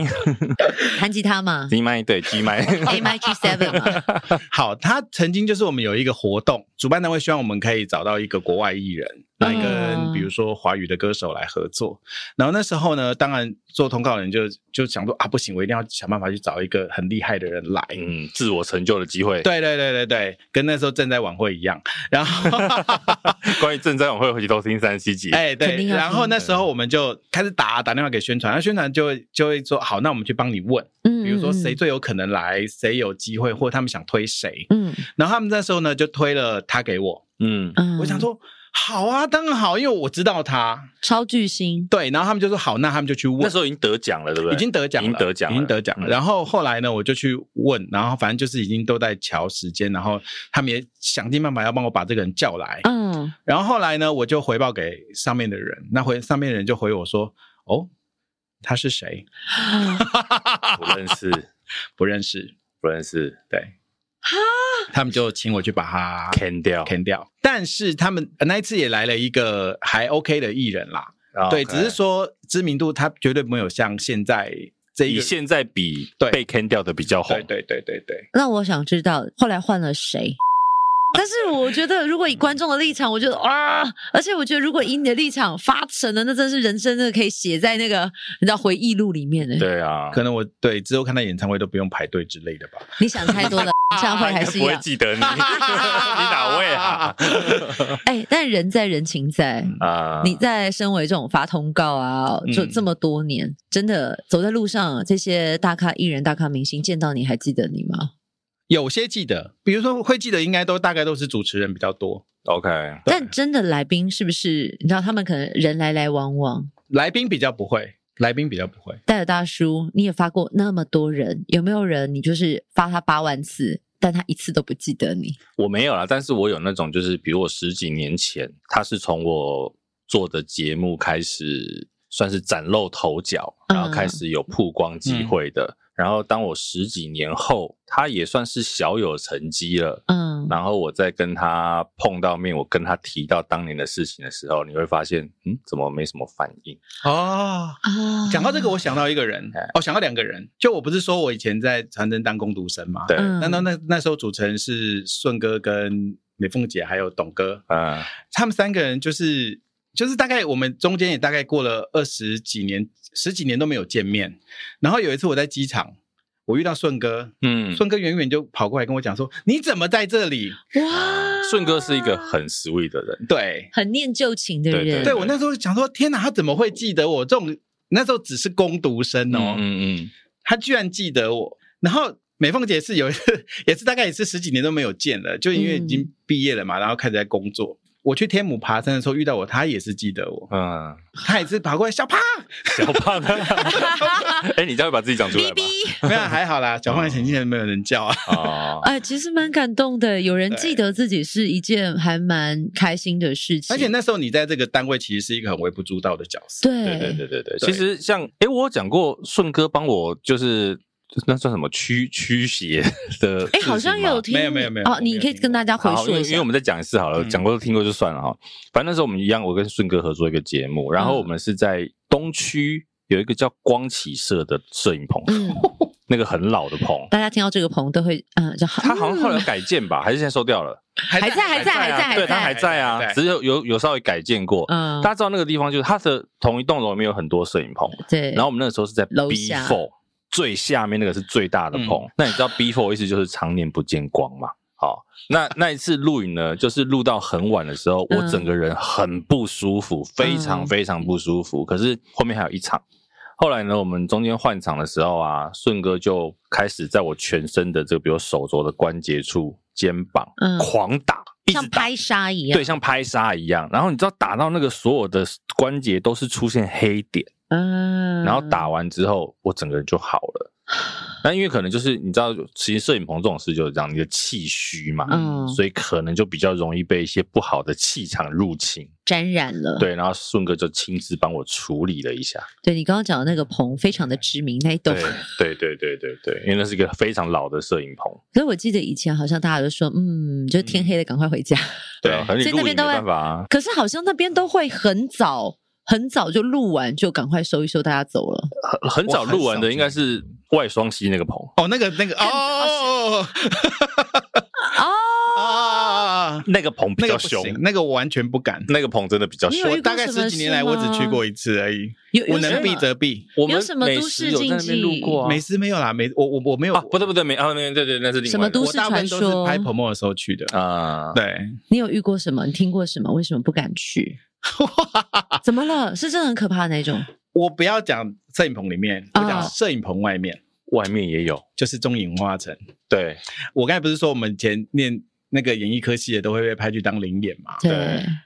Speaker 2: 弹吉他嘛
Speaker 1: 金麦，对，金麦，
Speaker 2: ，A M I G Seven 嘛，
Speaker 3: 好，他曾经就是我们有一个活动，主办单位希望我们可以找到一个国外艺人来
Speaker 2: 嗯
Speaker 3: 跟，比如说华语的歌手来合作。然后那时候呢，当然做通告的人就就想说啊，不行，我一定要想办法去找一个很厉害的人来。
Speaker 1: 嗯，自我成就的机会。，
Speaker 3: 对对对对对，跟那时候正在晚会一样。然后，
Speaker 1: 关于正在晚会，回去都听三十七集。
Speaker 3: 哎，
Speaker 2: 肯
Speaker 3: 对，
Speaker 2: 定要嗯
Speaker 3: 然后那时候我们就开始打打电话给宣传，那宣传就会就会说，好，那我们去帮你问，
Speaker 2: 嗯，
Speaker 3: 比如说谁最有可能来，谁有机会，或者他们想推谁。
Speaker 2: 嗯，
Speaker 3: 然后他们那时候呢，就推了他给我，
Speaker 1: 嗯
Speaker 2: 嗯，嗯，
Speaker 3: 我想说。好啊，当然好，因为我知道他
Speaker 2: 超巨星，
Speaker 3: 对，然后他们就说好，那他们就去问。
Speaker 1: 那时候已经得奖了，对不对？
Speaker 3: 已经得奖了，
Speaker 1: 已经得奖了
Speaker 3: 已经得奖了。
Speaker 1: 嗯
Speaker 3: 然后后来呢，我就去问，然后反正就是已经都在瞧时间，然后他们也想尽办法要帮我把这个人叫
Speaker 1: 啊
Speaker 3: 来。
Speaker 2: 嗯，
Speaker 3: 然后后来呢，我就回报给上面的人，那回上面的人就回我说：“哦，他是谁？
Speaker 1: 不认识，
Speaker 3: 不认识。
Speaker 1: 不认识”
Speaker 3: 对，他们就请我去把他
Speaker 1: ，can 掉
Speaker 3: can 掉。但是他们呃那一次也来了一个还 OK 的艺人啦，
Speaker 1: 啊
Speaker 3: 对，
Speaker 1: ，OK
Speaker 3: 只是说知名度他绝对没有像现在这一
Speaker 1: 以
Speaker 3: 个，
Speaker 1: 现在比
Speaker 3: 对
Speaker 1: 被 can 掉的比较红
Speaker 3: 对。对对对对。
Speaker 2: 那我想知道后来换了谁。但是我觉得，如果以观众的立场，我觉得啊，而且我觉得，如果以你的立场发成了，那真是人生真的可以写在那个你知道回忆录里面的。
Speaker 1: 对啊，
Speaker 3: 可能我对之后看到演唱会都不用排队之类的吧。
Speaker 2: 你想太 多了，演唱会还是
Speaker 1: 不
Speaker 2: 一
Speaker 1: 会
Speaker 2: 样。
Speaker 1: 记得你，你哪位 啊？
Speaker 2: 哎，但人在人情在，
Speaker 1: 啊，
Speaker 2: 你在身为这种发通告啊，就
Speaker 3: 嗯
Speaker 2: 这么多年，真的走在路上，这些大咖艺人、大咖明星见到你还记得你吗？
Speaker 3: 有些记得，比如说会记得，应该都大概都是主持人比较多。
Speaker 1: OK，
Speaker 3: 对
Speaker 2: 但真的来宾是不是你知道他们可能人来来往往，
Speaker 3: 来宾比较不会，来宾比较不会。
Speaker 2: 戴尔大叔，你也发过那么多人，有没有人你就是发他八万次，但他一次都不记得你？
Speaker 1: 我没有啦，但是我有那种，就是比如我十几年前，他是从我做的节目开始，算是崭露头角，
Speaker 2: 嗯
Speaker 1: 然后开始有曝光机会的。
Speaker 3: 嗯
Speaker 1: 然后当我十几年后，他也算是小有成绩了。
Speaker 2: 嗯，
Speaker 1: 然后我再跟他碰到面，我跟他提到当年的事情的时候，你会发现，嗯，怎么没什么反应？
Speaker 3: 哦，
Speaker 2: 啊
Speaker 3: 讲到这个，我想到一个人，
Speaker 1: 嗯
Speaker 3: 哦，想到两个人。就我不是说我以前在传真当工读生嘛，
Speaker 1: 对，嗯
Speaker 2: 嗯
Speaker 3: 那那那那时候主持人是顺哥跟美凤姐还有董哥，
Speaker 1: 啊呃
Speaker 3: 他们三个人就是就是大概我们中间也大概过了二十几年，十几年都没有见面。然后有一次我在机场，我遇到顺哥，
Speaker 1: 嗯，
Speaker 3: 顺哥远远就跑过来跟我讲说：“你怎么在这里
Speaker 2: 哇，
Speaker 1: 顺哥是一个很 sweet 的人？”，
Speaker 3: 对，
Speaker 2: 很念旧情的
Speaker 1: 对对
Speaker 2: 人，
Speaker 3: 对我那时候想说：“天哪，他怎么会记得我？这种那时候只是工读生哦，
Speaker 1: 嗯嗯
Speaker 3: 他居然记得我。”然后。美凤姐是有一次， 也是大概也是十几年都没有见了，就因为已经毕业了嘛，然后开始在工作。我去天母爬山的时候遇到我，他也是记得我，
Speaker 1: 嗯，
Speaker 3: 他也是爬过来，小胖，
Speaker 1: 小胖， 哎，你这样会把自己讲出来吗？
Speaker 3: 没有还好啦，小胖以前竟然没有人叫啊。
Speaker 1: 哦，
Speaker 2: 哎，其实蛮感动的，有人
Speaker 3: 对
Speaker 2: 记得自己是一件还蛮开心的事情，
Speaker 3: 而且那时候你在这个单位其实是一个很微不足道的角色。
Speaker 2: 对
Speaker 1: 对对对对对，其
Speaker 3: 对
Speaker 1: 实像诶，我有讲过顺哥帮我就是那算什么驱驱邪的事
Speaker 2: 哎，
Speaker 1: 情吗，
Speaker 2: 好像有听，
Speaker 3: 没有没有没有
Speaker 2: 哦，
Speaker 3: 没
Speaker 2: 你
Speaker 3: 有
Speaker 2: 可以
Speaker 3: 听
Speaker 2: 跟大家回
Speaker 1: 好，因
Speaker 2: 溯
Speaker 1: 为
Speaker 2: 一
Speaker 1: 因为
Speaker 2: 下
Speaker 1: 我，们再讲一次好了，
Speaker 3: 嗯
Speaker 1: 讲过听过就算了哈。反正那时候我们一样，我跟顺哥合作一个节目，然
Speaker 2: 嗯
Speaker 1: 后我们是在东区有一个叫光启社的摄影棚，
Speaker 2: 嗯，
Speaker 1: 那个很老的棚，
Speaker 2: 大家听到这个棚都会，嗯，就好，
Speaker 1: 它好像后来
Speaker 2: 嗯
Speaker 1: 有改建吧，还是现在收掉了？
Speaker 3: 还
Speaker 2: 在还在
Speaker 3: 啊
Speaker 2: 还在
Speaker 1: 对，它还在啊，只有有有稍微改建过。
Speaker 2: 嗯，
Speaker 1: 大家知道那个地方就是它的同一栋楼里面有很多摄影棚，
Speaker 2: 对，
Speaker 1: 然后我们那个时候是在
Speaker 2: 楼
Speaker 1: B
Speaker 2: 下
Speaker 1: four 最下面那个是最大的棚。
Speaker 3: 嗯
Speaker 1: 那你知道 B four 意思就是常年不见光嘛？好，那那一次录影 呢，就是录到很晚的时候，
Speaker 2: 嗯
Speaker 1: 我整个人很不舒服，非常
Speaker 2: 嗯
Speaker 1: 非常不舒服。可是后面还有一场。后来呢，我们中间换场的时候啊，顺哥就开始在我全身的这个，比如手肘的关节处、肩膀、
Speaker 2: 嗯
Speaker 1: 狂打，一
Speaker 2: 像
Speaker 1: 直打，
Speaker 2: 拍沙一样，
Speaker 1: 对，像拍沙一样。然后你知道打到那个所有的关节都是出现黑点。
Speaker 2: 嗯，
Speaker 1: 然后打完之后，我整个人就好了。那因为可能就是你知道，其实摄影棚这种事就是这样，你的气虚嘛，
Speaker 2: 嗯
Speaker 1: 所以可能就比较容易被一些不好的气场入侵。
Speaker 2: 沾染了，
Speaker 1: 对，然后顺哥就亲自帮我处理了一下。
Speaker 2: 对你刚刚讲的那个棚非常的知名那一栋
Speaker 1: 对，对对对对对，因为那是一个非常老的摄影棚，
Speaker 2: 所以我记得以前好像大家都说，嗯，就天黑了赶快回家，
Speaker 1: 对啊，可能你
Speaker 2: 所以那
Speaker 1: 录影没
Speaker 2: 边都会
Speaker 1: 办法啊。
Speaker 2: 可是好像那边都会很早很早就录完，就赶快收一收，大家走了。
Speaker 1: 很很早
Speaker 3: 我很
Speaker 1: 录完
Speaker 3: 少
Speaker 1: 的
Speaker 3: 见
Speaker 1: 应该是外双溪那个棚，
Speaker 3: 哦，那个那个哦
Speaker 2: 哦，
Speaker 3: 啊，
Speaker 1: 那个棚比
Speaker 3: 那个
Speaker 1: 较
Speaker 3: 不
Speaker 1: 凶，
Speaker 3: 行，那个我完全不敢。
Speaker 1: 那个棚真的比较
Speaker 2: 你
Speaker 1: 凶
Speaker 2: 有。遇
Speaker 3: 我
Speaker 2: 过
Speaker 3: 大概十几年来
Speaker 2: 什么
Speaker 3: 我
Speaker 2: 事吗
Speaker 3: 只去过一次而已，
Speaker 2: 有有
Speaker 3: 我
Speaker 2: 什
Speaker 3: 能
Speaker 2: 么
Speaker 3: 避则避。
Speaker 1: 我们
Speaker 2: 有什么
Speaker 1: 美
Speaker 2: 都
Speaker 1: 食
Speaker 2: 市
Speaker 1: 有在那
Speaker 2: 禁
Speaker 1: 边录
Speaker 2: 忌
Speaker 1: 过啊，
Speaker 3: 没事没有啦，没我我我没有
Speaker 1: 啊，不对不对，没啊，那对对，那是另外
Speaker 2: 什么
Speaker 1: 的
Speaker 2: 都
Speaker 3: 我大部分都
Speaker 2: 都市传说
Speaker 3: 是拍 promo 的时候去的。
Speaker 1: 啊，
Speaker 3: 对，
Speaker 2: 你有遇过什么？你听过什么？为什么不敢 去？怎么了？是真的很可怕的那种
Speaker 3: 我不要讲摄影棚里面，我讲
Speaker 2: 哦
Speaker 3: 摄影棚外面，
Speaker 1: 外面也有，
Speaker 3: 就是中影文化城。
Speaker 1: 对，
Speaker 3: 我刚才不是说我们以前念那个演艺科系的都会被派去当领演嘛？
Speaker 1: 对
Speaker 2: 对，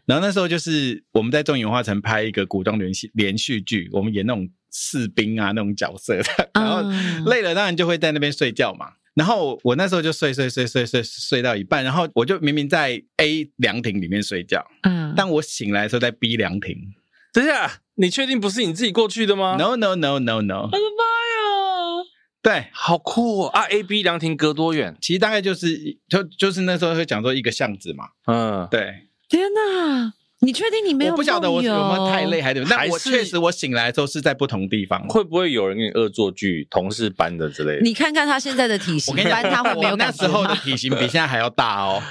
Speaker 3: 然后那时候就是我们在中影文化城拍一个古装连续连续剧，我们演那种士兵啊那种角色的，然后
Speaker 2: 嗯
Speaker 3: 累了当然就会在那边睡觉嘛。然后我那时候就睡睡睡睡睡睡到一半，然后我就明明在 A 凉亭里面睡觉，
Speaker 2: 嗯，
Speaker 3: 但我醒来的时候在 B 凉亭。
Speaker 1: 等一下，你确定不是你自己过去的吗
Speaker 2: 哦
Speaker 3: No no no no no，
Speaker 2: 哎呦
Speaker 3: 对，
Speaker 1: 好酷哦！啊，A B 凉亭隔多远？
Speaker 3: 其实大概就是就就是那时候会讲说一个巷子嘛，
Speaker 1: 嗯，
Speaker 3: 对，
Speaker 2: 天哪！你确定你没有？
Speaker 3: 我不晓得我有没有太累。还是怎么样，
Speaker 1: 还
Speaker 3: 但我
Speaker 1: 是
Speaker 3: 确实我醒来的时候是在不同地方。
Speaker 1: 会不会有人给你恶作剧，同事搬的之类的？
Speaker 2: 你看看他现在的体型，不
Speaker 3: 我跟你讲
Speaker 2: 然，他会没有
Speaker 3: 我那
Speaker 2: 感
Speaker 3: 时
Speaker 2: 觉
Speaker 3: 候
Speaker 2: 吗
Speaker 3: 的？体型比现在还要大哦。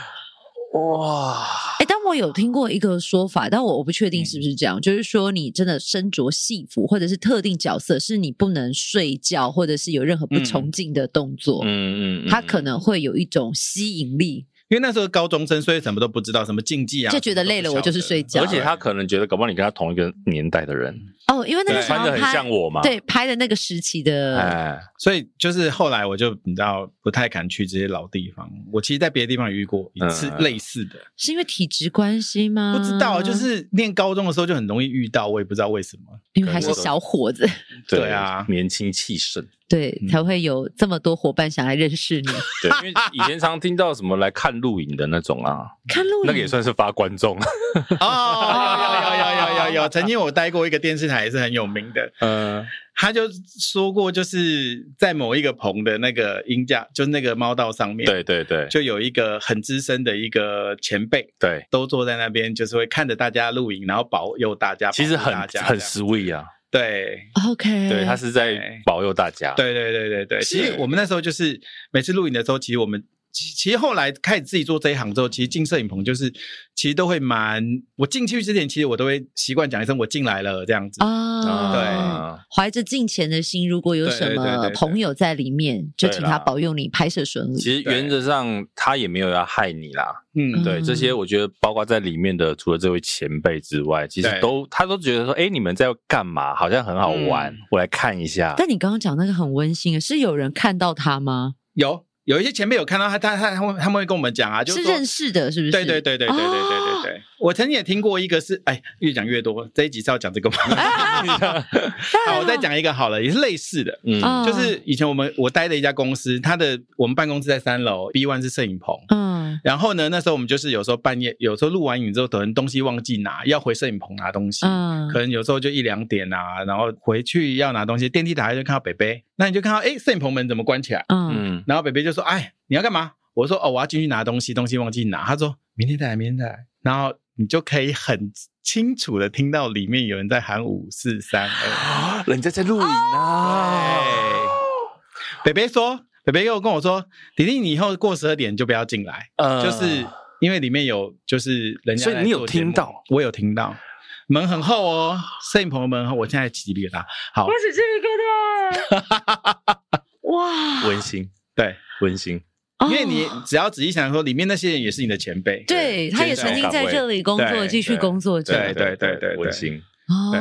Speaker 1: 哇，
Speaker 2: 哎，但我有听过一个说法，但我我不确
Speaker 3: 嗯
Speaker 2: 定是不是这样，就是说你真的身着戏服或者是特定角色，是你不能睡觉或者是有任何
Speaker 3: 嗯
Speaker 2: 不崇敬的动作，
Speaker 1: 嗯嗯，
Speaker 2: 它可能会有一种吸引力。
Speaker 3: 因为那时候高中生，所以什么都不知道，什么竞技啊，
Speaker 2: 就觉得累了
Speaker 3: 什么都不晓
Speaker 2: 我就是睡觉
Speaker 1: 而且他可能觉得，搞不好你跟他同一个年代的人，
Speaker 2: 哦，因为那个
Speaker 3: 对
Speaker 2: 时
Speaker 1: 穿
Speaker 2: 候
Speaker 1: 的很
Speaker 2: 拍
Speaker 1: 像我嘛，
Speaker 2: 对拍的那个时期的，
Speaker 1: 哎，
Speaker 3: 所以就是后来我就你知道不太敢去这些老地方，我其实在别的地方也遇过一次
Speaker 1: 嗯
Speaker 3: 类似的，
Speaker 2: 是因为体质关系吗？
Speaker 3: 不知道就是念高中的时候就很容易遇到，我也不知道为什么。
Speaker 2: 因为还是小伙子，
Speaker 3: 对啊
Speaker 1: 年轻气盛。
Speaker 2: 对，
Speaker 3: 嗯
Speaker 2: 才会有这么多伙伴想来认识你。
Speaker 1: 对，因为以前常听到什么来看录影的那种啊，
Speaker 2: 看录影
Speaker 1: 那个也算是发观众。
Speaker 3: 哦，有有有有有有有，曾经我待过一个电视台也是很有名的，
Speaker 1: 嗯，
Speaker 3: 他就说过，就是在某一个棚的那个音架，就是那个猫道上面，，
Speaker 1: 对对对
Speaker 3: 就有一个很资深的一个前辈，
Speaker 1: 对，
Speaker 3: 都坐在那边，就是会看着大家录影，然后保佑大家，
Speaker 1: 其实
Speaker 3: 保
Speaker 1: 很
Speaker 3: 护大家
Speaker 1: 很
Speaker 3: 这样
Speaker 1: sweet 啊，
Speaker 3: 对。
Speaker 2: OK，
Speaker 1: 对他是在保佑大家。
Speaker 3: 对对对对对，其实我们那时候就是每次录影的时候，其实我们其其实后来开始自己做这一行之后，其实进摄影棚就是其实都会蛮，我进去之前其实我都会习惯讲一声我进来了这样子。
Speaker 2: 啊，
Speaker 3: 对。
Speaker 2: 怀着敬虔的心，如果有什
Speaker 3: 对对对
Speaker 2: 么
Speaker 3: 对
Speaker 2: 朋友在里面，就
Speaker 1: 对
Speaker 2: 请
Speaker 1: 啦
Speaker 2: 他保佑你拍摄顺利。
Speaker 1: 其实原则上他也没有要害你啦，
Speaker 3: 嗯，
Speaker 1: 对
Speaker 2: 嗯
Speaker 1: 这些我觉得包括在里面的，除了这位前辈之外，其实
Speaker 3: 对
Speaker 1: 都他都觉得说，哎，你们在干嘛？好像很好玩
Speaker 3: 嗯，
Speaker 1: 我来看一 下。
Speaker 2: 但你刚刚讲那个很温馨，是有人看到他吗？
Speaker 3: 有有一些前辈有看到他，他他他们他们会跟我们讲啊，就是是
Speaker 2: 认
Speaker 3: 识。
Speaker 2: 识的，是不是？
Speaker 3: 对对对对对对对对对，我曾经也听过一个是，哎，越讲越多，这一集是要讲这个吗？好，我再讲一个好了，也是类似的，
Speaker 1: 嗯
Speaker 2: 啊
Speaker 3: 就是以前我们我待的一家公司，它的我们办公室在三楼，B one 是摄影棚，
Speaker 2: 嗯，
Speaker 3: 然后呢，那时候我们就是有时候半夜，有时候录完影之后，可能东西忘记拿，要回摄影棚拿东西。
Speaker 2: 嗯
Speaker 3: 可能有时候就一两点啊，然后回去要拿东西，电梯打开就看到北北，那你就看到哎，摄影棚门怎么关起来？
Speaker 2: 嗯
Speaker 1: 嗯，
Speaker 3: 然后北北就说：“哎，你要干嘛？”我说：“哦，我要进去拿东西，东西忘记拿。”他说：“明天再来，明天再来。”然后你就可以很清楚的听到里面有人在喊五四三二。
Speaker 1: 人家在录影
Speaker 3: 哦
Speaker 1: 啊，
Speaker 3: 北北说：“北北又跟我说，迪迪，你以后过十二点就不要进来。”
Speaker 1: 呃
Speaker 3: 就是因为里面有就是人家，
Speaker 1: 所以你有听到？
Speaker 3: 我有听到，门很厚哦，摄影棚的门很厚，我现在起鸡皮疙瘩。好，
Speaker 2: 是这个的。 哇，
Speaker 1: 温馨
Speaker 3: 对，
Speaker 1: 温馨，
Speaker 3: 因为你
Speaker 2: 哦
Speaker 3: 只要仔细想说，里面那些人也是你的前辈，
Speaker 2: 对，他也曾经在这里工作，
Speaker 3: 对
Speaker 2: 继续工作
Speaker 3: 对
Speaker 2: 着。
Speaker 3: 对对对
Speaker 1: 温馨。
Speaker 3: 对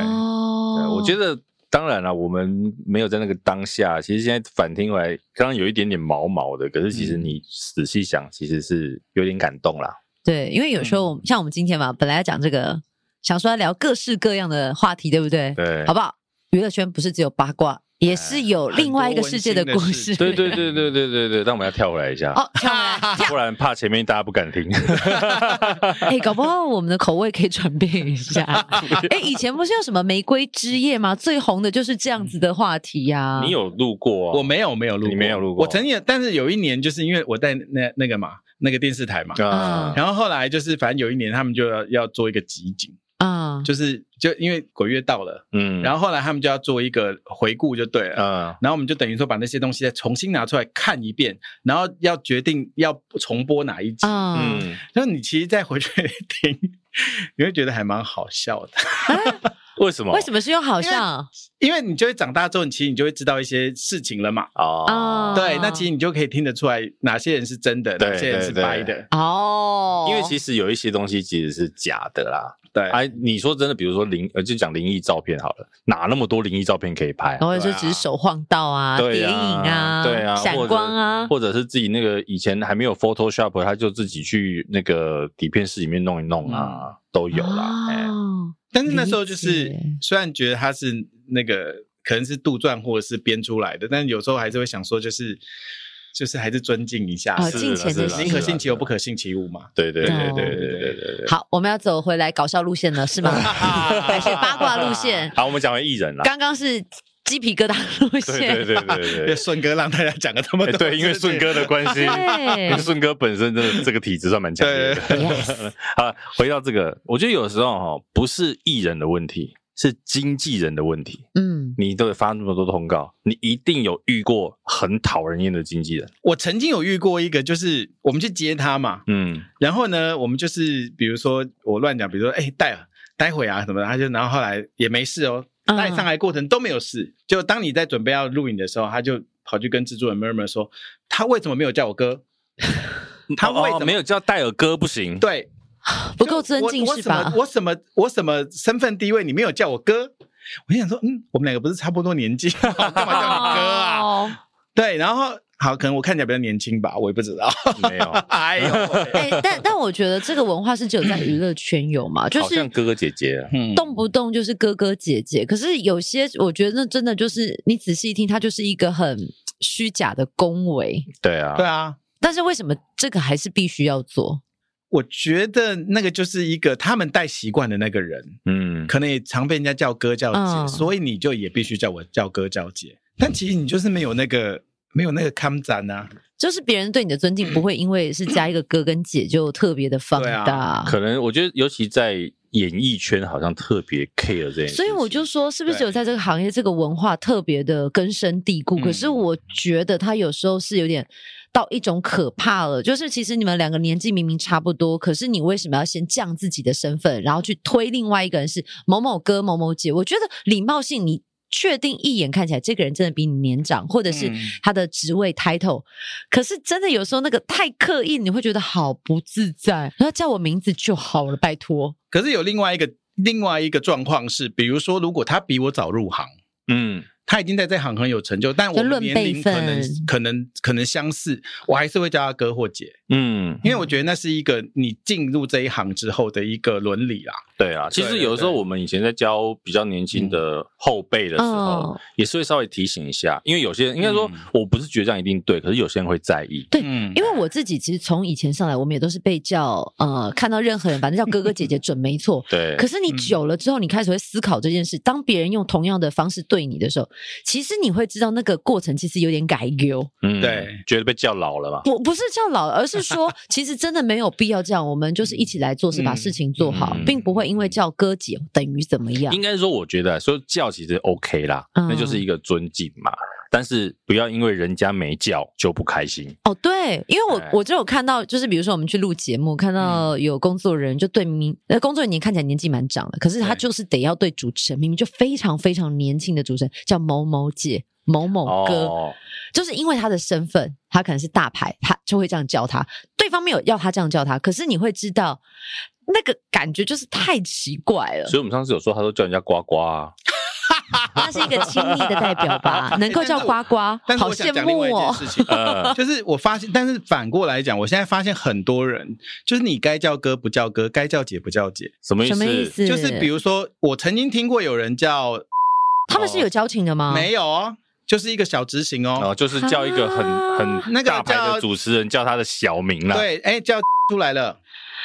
Speaker 1: 对，
Speaker 2: 哦，
Speaker 1: 我觉得当然了，我们没有在那个当下，其实现在反听回来，刚刚有一点点毛毛的，可是其实
Speaker 3: 嗯
Speaker 1: 你仔细想，其实是有点感动啦。
Speaker 2: 对，因为有时候我们像我们今天嘛，本来要讲这个，想说要聊各式各样的话题，对不对？
Speaker 1: 对
Speaker 2: 好，不好？娱乐圈不是只有八卦，也是有
Speaker 3: 很多
Speaker 2: 另外一个世界的故
Speaker 3: 温
Speaker 2: 事
Speaker 3: 馨
Speaker 1: 对
Speaker 3: 的事。
Speaker 1: 对对对对对对，但我们要跳回来一下，
Speaker 2: 哦，跳来跳，
Speaker 1: 不然怕前面大家不敢听。
Speaker 2: 哎，搞不好我们的口味可以转变一下。哎，以前不是有什么玫瑰之夜吗？最红的就是这样子的话题呀。
Speaker 1: 你有录过、
Speaker 3: 我没有没有录过，
Speaker 1: 哦你没有录过
Speaker 3: 我曾经也，但是有一年就是因为我在那那个嘛那个电视台嘛。
Speaker 1: 啊
Speaker 3: 然后后来就是，反正有一年他们就要要做一个集锦，
Speaker 2: 啊？
Speaker 3: 就是就因为鬼月到了，
Speaker 1: 嗯
Speaker 3: 然
Speaker 1: 后
Speaker 3: 后后来他们就要做一个回顾，就对了。
Speaker 1: 嗯
Speaker 3: 然后我们就等于说把那些东西再重新拿出来看一遍，然后要决定要重播哪一集。
Speaker 2: 啊，
Speaker 1: 嗯，
Speaker 3: 那、你其实再回去听， 你会觉得还蛮好笑的，
Speaker 1: 为什么？
Speaker 2: 为什么是用好
Speaker 3: 因为
Speaker 2: 像？
Speaker 3: 因为你就会长大之后，你其实你就会知道一些事情了嘛。
Speaker 1: 哦
Speaker 2: 啊
Speaker 3: 对，那其实你就可以听得出来哪些人是真的，
Speaker 1: 对
Speaker 3: 哪些人是掰的。
Speaker 2: 哦，
Speaker 1: 因为其实有一些东西其实是假的啦。
Speaker 3: 对，
Speaker 1: 哎，你说真的，比如说灵，呃，就讲灵异照片好了，哪那么多灵异照片可以拍啊
Speaker 2: 然？后就
Speaker 3: 对啊
Speaker 2: 只是手晃到啊，
Speaker 1: 对
Speaker 2: 谍
Speaker 1: 呀
Speaker 2: 影啊，
Speaker 1: 对啊，
Speaker 2: 闪光啊，
Speaker 1: 或者，或者是自己那个以前还没有 Photoshop，他就自己去那个底片室里面弄一弄啊，都有啦。哎
Speaker 2: 嗯哦
Speaker 3: 但是那时候就是
Speaker 2: 理解
Speaker 3: 虽然觉得他是那个可能是杜撰或者是编出来的，但有时候还是会想说，就是就是还是尊敬一下，
Speaker 2: 哦
Speaker 3: 是
Speaker 2: 敬虔
Speaker 1: 是
Speaker 2: 的
Speaker 1: 啦
Speaker 2: 心
Speaker 3: 宁
Speaker 1: 是啦
Speaker 3: 可信其有，不可信其无嘛。
Speaker 1: 对对对
Speaker 2: 哦
Speaker 1: 对对对对对。
Speaker 2: 好，我们要走回来搞笑路线了，是吗？还是八卦路线？
Speaker 1: 好，我们讲回艺人啦。
Speaker 2: 刚刚是鸡皮疙瘩路
Speaker 1: 对
Speaker 2: 线，
Speaker 1: 对对对对
Speaker 3: 对，。顺哥让大家讲了这么
Speaker 1: 哎
Speaker 3: 多，
Speaker 1: 对，因为顺哥的关系，因为
Speaker 2: 对
Speaker 1: 顺哥本身真的这个体质算蛮强烈
Speaker 3: 对
Speaker 1: 的。啊，回到这个，我觉得有时候哈，不是艺人的问题，是经纪人的问题。
Speaker 2: 嗯，
Speaker 1: 你都得发那么多通告，你一定有遇过很讨人厌的经纪人。
Speaker 3: 我曾经有遇过一个，就是我们去接他嘛，
Speaker 1: 嗯，
Speaker 3: 然后呢，我们就是比如说我乱讲，比如说哎待待会啊什么的，他就然后后来也没事哦，
Speaker 2: 嗯
Speaker 3: 带上来过程都没有事。就当你在准备要录影的时候，他就跑去跟制作人 murmur 说，他为什么没有叫我哥？他为什
Speaker 1: 哦
Speaker 3: 么
Speaker 1: 没有叫戴尔哥不行？
Speaker 3: 对
Speaker 2: 不够尊敬
Speaker 3: 就我
Speaker 2: 是吧？
Speaker 3: 我什么我什么我什么身份地位，你没有叫我哥？我就想说，嗯，我们两个不是差不多年纪， 干嘛叫你哥啊？
Speaker 2: 哦
Speaker 3: 对，然后好，可能我看起来比较年轻吧，我也不知道。
Speaker 1: 没有，
Speaker 3: 哎 呦喂，
Speaker 2: 哎、但但我觉得这个文化是只有在娱乐圈有嘛，就
Speaker 1: 好像
Speaker 2: 是
Speaker 1: 哥哥姐姐啊，
Speaker 3: 嗯
Speaker 2: 动不动就是哥哥姐姐。可是有些我觉得那真的就是你仔细一听，它就是一个很虚假的恭维。
Speaker 1: 对啊，
Speaker 3: 对啊，
Speaker 2: 但是为什么这个还是必须要做？
Speaker 3: 我觉得那个就是一个他们带习惯的那个人，
Speaker 1: 嗯，
Speaker 3: 可能也常被人家叫哥叫姐，
Speaker 2: 嗯
Speaker 3: 所以你就也必须叫我叫哥叫姐。但其实你就是没有那个没有那个康展啊，
Speaker 2: 就是别人对你的尊敬不会因为是加一个哥跟姐就特别的放
Speaker 3: 对啊
Speaker 2: 大。
Speaker 1: 可能我觉得尤其在演艺圈好像特别 care 这件事情，
Speaker 2: 所以我就说，是不是
Speaker 3: 对
Speaker 2: 只有在这个行业，这个文化特别的根深蒂固？
Speaker 3: 嗯
Speaker 2: 可是我觉得它有时候是有点到一种可怕了。就是其实你们两个年纪明明差不多，可是你为什么要先降自己的身份，然后去推另外一个人是某某哥、某某姐？我觉得礼貌性，你确定一眼看起来这个人真的比你年长，或者是
Speaker 3: 嗯
Speaker 2: 他的职位 title，可是真的有时候那个太刻意，你会觉得好不自在。然后叫我名字就好了，拜托。
Speaker 3: 可是有另外一个另外一个状况是，比如说，如果他比我早入行，
Speaker 1: 嗯，
Speaker 3: 他已经在这行很有成就，但我
Speaker 2: 就
Speaker 3: 们
Speaker 2: 论
Speaker 3: 年
Speaker 2: 辈
Speaker 3: 龄可能
Speaker 2: 分
Speaker 3: 可能可能相似，我还是会叫他哥或姐，
Speaker 1: 嗯，
Speaker 3: 因为我觉得那是一个你进入这一行之后的一个伦理啦。
Speaker 1: 对啊，其实
Speaker 3: 对
Speaker 1: 有的时候
Speaker 3: 对
Speaker 1: 我们以前在教比较年轻的后辈的时候，
Speaker 2: 嗯
Speaker 1: 也是会稍微提醒一下，因为有些人应该说
Speaker 3: 嗯，
Speaker 1: 我不是觉得这样一定对，可是有些人会在意。
Speaker 2: 对
Speaker 3: 嗯
Speaker 2: 因为我自己其实从以前上来，我们也都是被叫呃，看到任何人，反正叫哥哥姐姐准没错。
Speaker 1: 对，
Speaker 2: 可是你
Speaker 3: 嗯
Speaker 2: 久了之后，你开始会思考这件事。当别人用同样的方式对你的时候，其实你会知道那个过程其实有点改丢。
Speaker 1: 嗯
Speaker 3: 对，
Speaker 1: 觉得被叫老了嘛。
Speaker 2: 不不是叫老，而 是说其实真的没有必要这样。我们就是一起来做事，把
Speaker 3: 嗯
Speaker 2: 事情做好，
Speaker 1: 嗯
Speaker 2: 并不会因为叫哥姐等于怎么样
Speaker 1: 应。该说，我觉得啊说叫其实 OK 啦，
Speaker 2: 嗯
Speaker 1: 那就是一个尊敬嘛。但是不要因为人家没叫就不开心。
Speaker 2: 哦，对，因为我
Speaker 1: 对嗯
Speaker 2: 我就有看到，就是比如说我们去录节目，看到有工作人员就对明呃工作人员看起来年纪蛮长的，可是他
Speaker 3: 对
Speaker 2: 就是得要对主持人，明明就非常非常年轻的主持人叫某某姐、某某哥，
Speaker 1: 哦，
Speaker 2: 就是因为他的身份，他可能是大牌，他就会这样叫他。对方没有要他这样叫他，可是你会知道那个感觉就是太奇怪了
Speaker 1: 所。以我们上次有说，他都叫人家呱呱啊。
Speaker 2: 他是一个亲密的代表吧， 能够叫呱呱，
Speaker 3: 但是
Speaker 2: 好
Speaker 3: 我想
Speaker 2: 羡
Speaker 3: 讲另
Speaker 2: 慕
Speaker 3: 外一件
Speaker 2: 哦。
Speaker 3: 事情，
Speaker 1: 呃
Speaker 3: 就是我发现，但是反过来讲，我现在发现很多人，就是你该叫哥不叫哥，该叫姐不叫姐，
Speaker 1: 什么意
Speaker 2: 什
Speaker 1: 思？
Speaker 2: 么意思？
Speaker 3: 就是比如说，我曾经听过有人叫
Speaker 2: 他们是有交情的吗？
Speaker 3: 没有哦，就是一个小执行
Speaker 1: 哦，
Speaker 3: 哦，
Speaker 1: 就是叫一个
Speaker 2: 啊
Speaker 1: 很很
Speaker 3: 那个
Speaker 1: 大牌
Speaker 3: 叫
Speaker 1: 的主持人叫他的小名啦。，
Speaker 3: 对，哎，叫 出来了，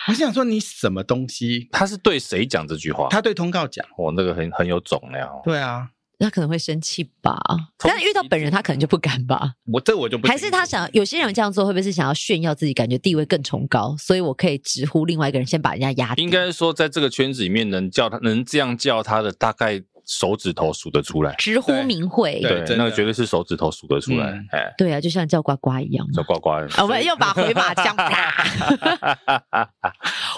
Speaker 3: 我想说你什么东西？
Speaker 1: 他是对谁讲这句话？
Speaker 3: 他对通告讲，
Speaker 1: 我那个很很有种哦那样。
Speaker 3: 对啊，
Speaker 2: 他可能会生气吧，
Speaker 1: 同
Speaker 2: 但遇到本人他可能就不敢吧。
Speaker 3: 我这我就不
Speaker 2: 还是他
Speaker 3: 清楚
Speaker 2: 想，有些人这样做会不会是想要炫耀自己，感觉地位更崇高，所以我可以直呼另外一个人先把人家压低？
Speaker 1: 应该说，在这个圈子里面，能叫他能这样叫他的，大概手指头数得出来。
Speaker 2: 直呼名讳。
Speaker 3: 对真的
Speaker 1: 那个绝对是手指头数得出来
Speaker 3: 嗯。
Speaker 1: 哎，
Speaker 2: 对啊，就像叫呱呱一样
Speaker 1: 叫
Speaker 2: 嘛。
Speaker 1: 呱呱。
Speaker 2: 啊我 们又把回马枪，啪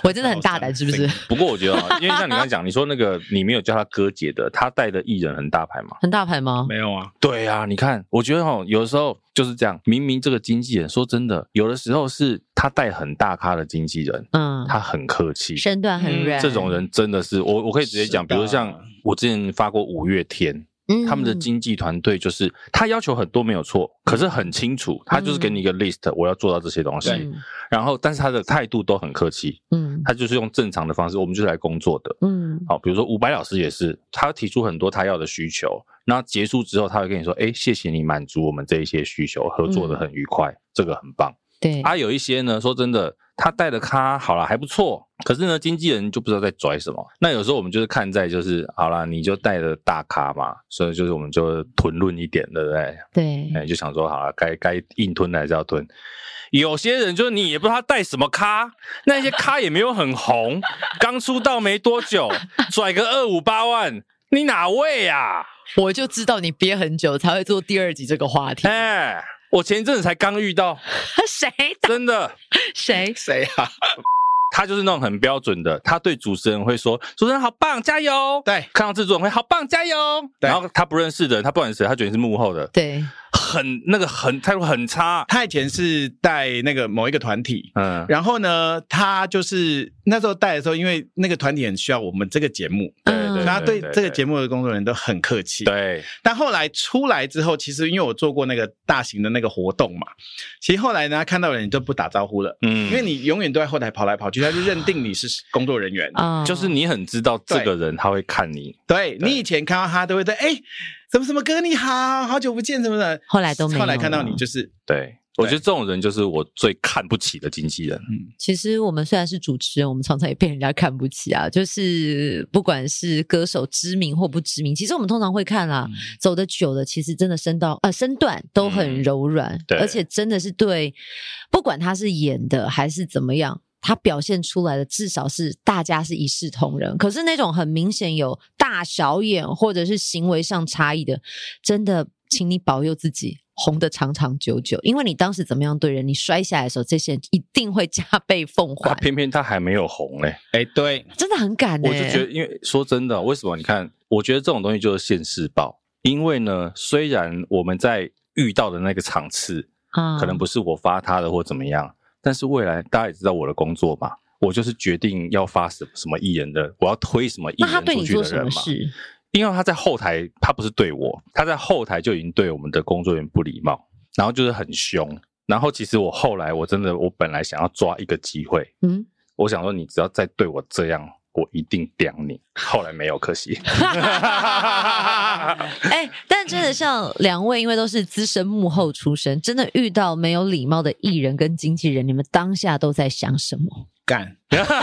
Speaker 2: 我真的很大胆，是不是？
Speaker 1: 不过我觉得啊，因为像你刚才讲，你说那个你没有叫他哥姐的，他带的艺人很大牌嘛。
Speaker 2: 很大牌吗？
Speaker 3: 没有啊，
Speaker 1: 对啊，你看，我觉得哦，有的时候就是这样。明明这个经纪人，说真的，有的时候是他带很大咖的经纪人，
Speaker 2: 嗯，
Speaker 1: 他很客气，
Speaker 2: 身段很
Speaker 3: 嗯
Speaker 2: 软，
Speaker 1: 这种人真的是我，我可以直接讲，
Speaker 3: 是
Speaker 1: 比
Speaker 3: 的
Speaker 1: 如像我之前发过五月天，
Speaker 2: 嗯
Speaker 1: 他们的经纪团队就是他要求很多没有错，可是很清楚，他就是给你一个 list，我要做到这些东西，
Speaker 3: 对
Speaker 2: 嗯
Speaker 1: 然后但是他的态度都很客气，
Speaker 2: 嗯
Speaker 1: 他就是用正常的方式，我们就是来工作的。
Speaker 2: 嗯
Speaker 1: 好，比如说伍佰老师也是，他提出很多他要的需求，那结束之后他会跟你说，哎，谢谢你满足我们这一些需求，合作的很愉快，这个很棒。
Speaker 2: 对
Speaker 1: 啊，有一些呢，说真的，他带的咖好了还不错，可是呢，经纪人就不知道在拽什么。那有时候我们就是看在就是好啦，你就带着大咖嘛，所以就是我们就吞论一点，对不对？
Speaker 2: 对
Speaker 1: 哎、就想说好了，该该硬吞的还是要吞。有些人就是你也不知道他带什么咖，那些咖也没有很红，刚出道没多久，拽个二五八万，你哪位啊？
Speaker 2: 我就知道你憋很久才会做第二集这个话题。
Speaker 1: 哎、我前一阵子才刚遇到，
Speaker 2: 谁
Speaker 1: 真的。
Speaker 2: 谁
Speaker 3: 谁啊？
Speaker 1: 他就是那种很标准的，他对主持人会说：“主持人好棒，加油！”
Speaker 3: 对
Speaker 1: 看到制作人会好棒，加油！
Speaker 3: 对
Speaker 1: 然后他不认识的，他不管是谁，他觉得你是幕后的，
Speaker 2: 对
Speaker 1: 很那个很态度很差，
Speaker 3: 他以前是带那个某一个团体，
Speaker 1: 嗯
Speaker 3: 然后呢，他就是那时候带的时候，因为那个团体很需要我们这个节目，
Speaker 1: 对对
Speaker 2: 嗯
Speaker 3: 所
Speaker 1: 对
Speaker 3: 以他对这个节
Speaker 1: 目
Speaker 3: 目的工作人员都很客气。，
Speaker 1: 对
Speaker 3: 但后来出来之后，其实因为我做过那个大型的那个活动嘛，其实后来呢，看到人你就不打招呼了。
Speaker 1: 嗯，
Speaker 3: 因为你永远都在后台跑来跑去，他就认定你是工作人员。
Speaker 2: 啊
Speaker 1: 就是你很知道这个人他会看你，
Speaker 3: 对
Speaker 1: 对
Speaker 3: 你以前看到他都会在哎，什么什么哥你好，好久不见什么的。
Speaker 2: 后来都没有
Speaker 3: 后来看到你
Speaker 2: 了
Speaker 3: 就是
Speaker 1: 对我觉得这种人就是我最看不起的经纪人，
Speaker 2: 其实我们虽然是主持人，我们常常也被人家看不起啊。就是不管是歌手知名或不知名，其实我们通常会看啦、走的久了，其实真的身到呃身段都很柔软，
Speaker 1: 对
Speaker 2: 而且真的是对，不管他是演的还是怎么样。他表现出来的至少是大家是一视同仁，可是那种很明显有大小眼或者是行为上差异的，真的，请你保佑自己红的长长久久，因为你当时怎么样对人，你摔下来的时候，这些人一定会加倍奉
Speaker 1: 他
Speaker 2: 还，
Speaker 1: 偏偏他还没有红嘞、
Speaker 3: 哎对，
Speaker 2: 真的很欸感
Speaker 1: 我
Speaker 2: 人、
Speaker 1: 就觉得，因为说真的，为什么？你看，我觉得这种东西就是现世报。因为呢，虽然我们在遇到的那个场次，
Speaker 2: 啊
Speaker 1: 可能不是我发他的或怎么样，但是未来大家也知道我的工作嘛，我就是决定要发什什么艺人的，我要推什么艺
Speaker 2: 那他
Speaker 1: 人
Speaker 2: 对
Speaker 1: 出
Speaker 2: 你
Speaker 1: 去
Speaker 2: 做
Speaker 1: 的
Speaker 2: 什
Speaker 1: 人
Speaker 2: 么
Speaker 1: 嘛。
Speaker 2: 事？
Speaker 1: 因为他在后台，他不是对我，他在后台就已经对我们的工作人员不礼貌，然后就是很凶。然后其实我后来我真的，我本来想要抓一个机会，
Speaker 2: 嗯，
Speaker 1: 我想说，你只要再对我这样，我一定刁 你。后来没有，可惜。
Speaker 2: 哎、但真的像两位，因为都是资深幕后出身，真的遇到没有礼貌的艺人跟经纪人，你们当下都在想什 么？
Speaker 3: 干
Speaker 2: 这个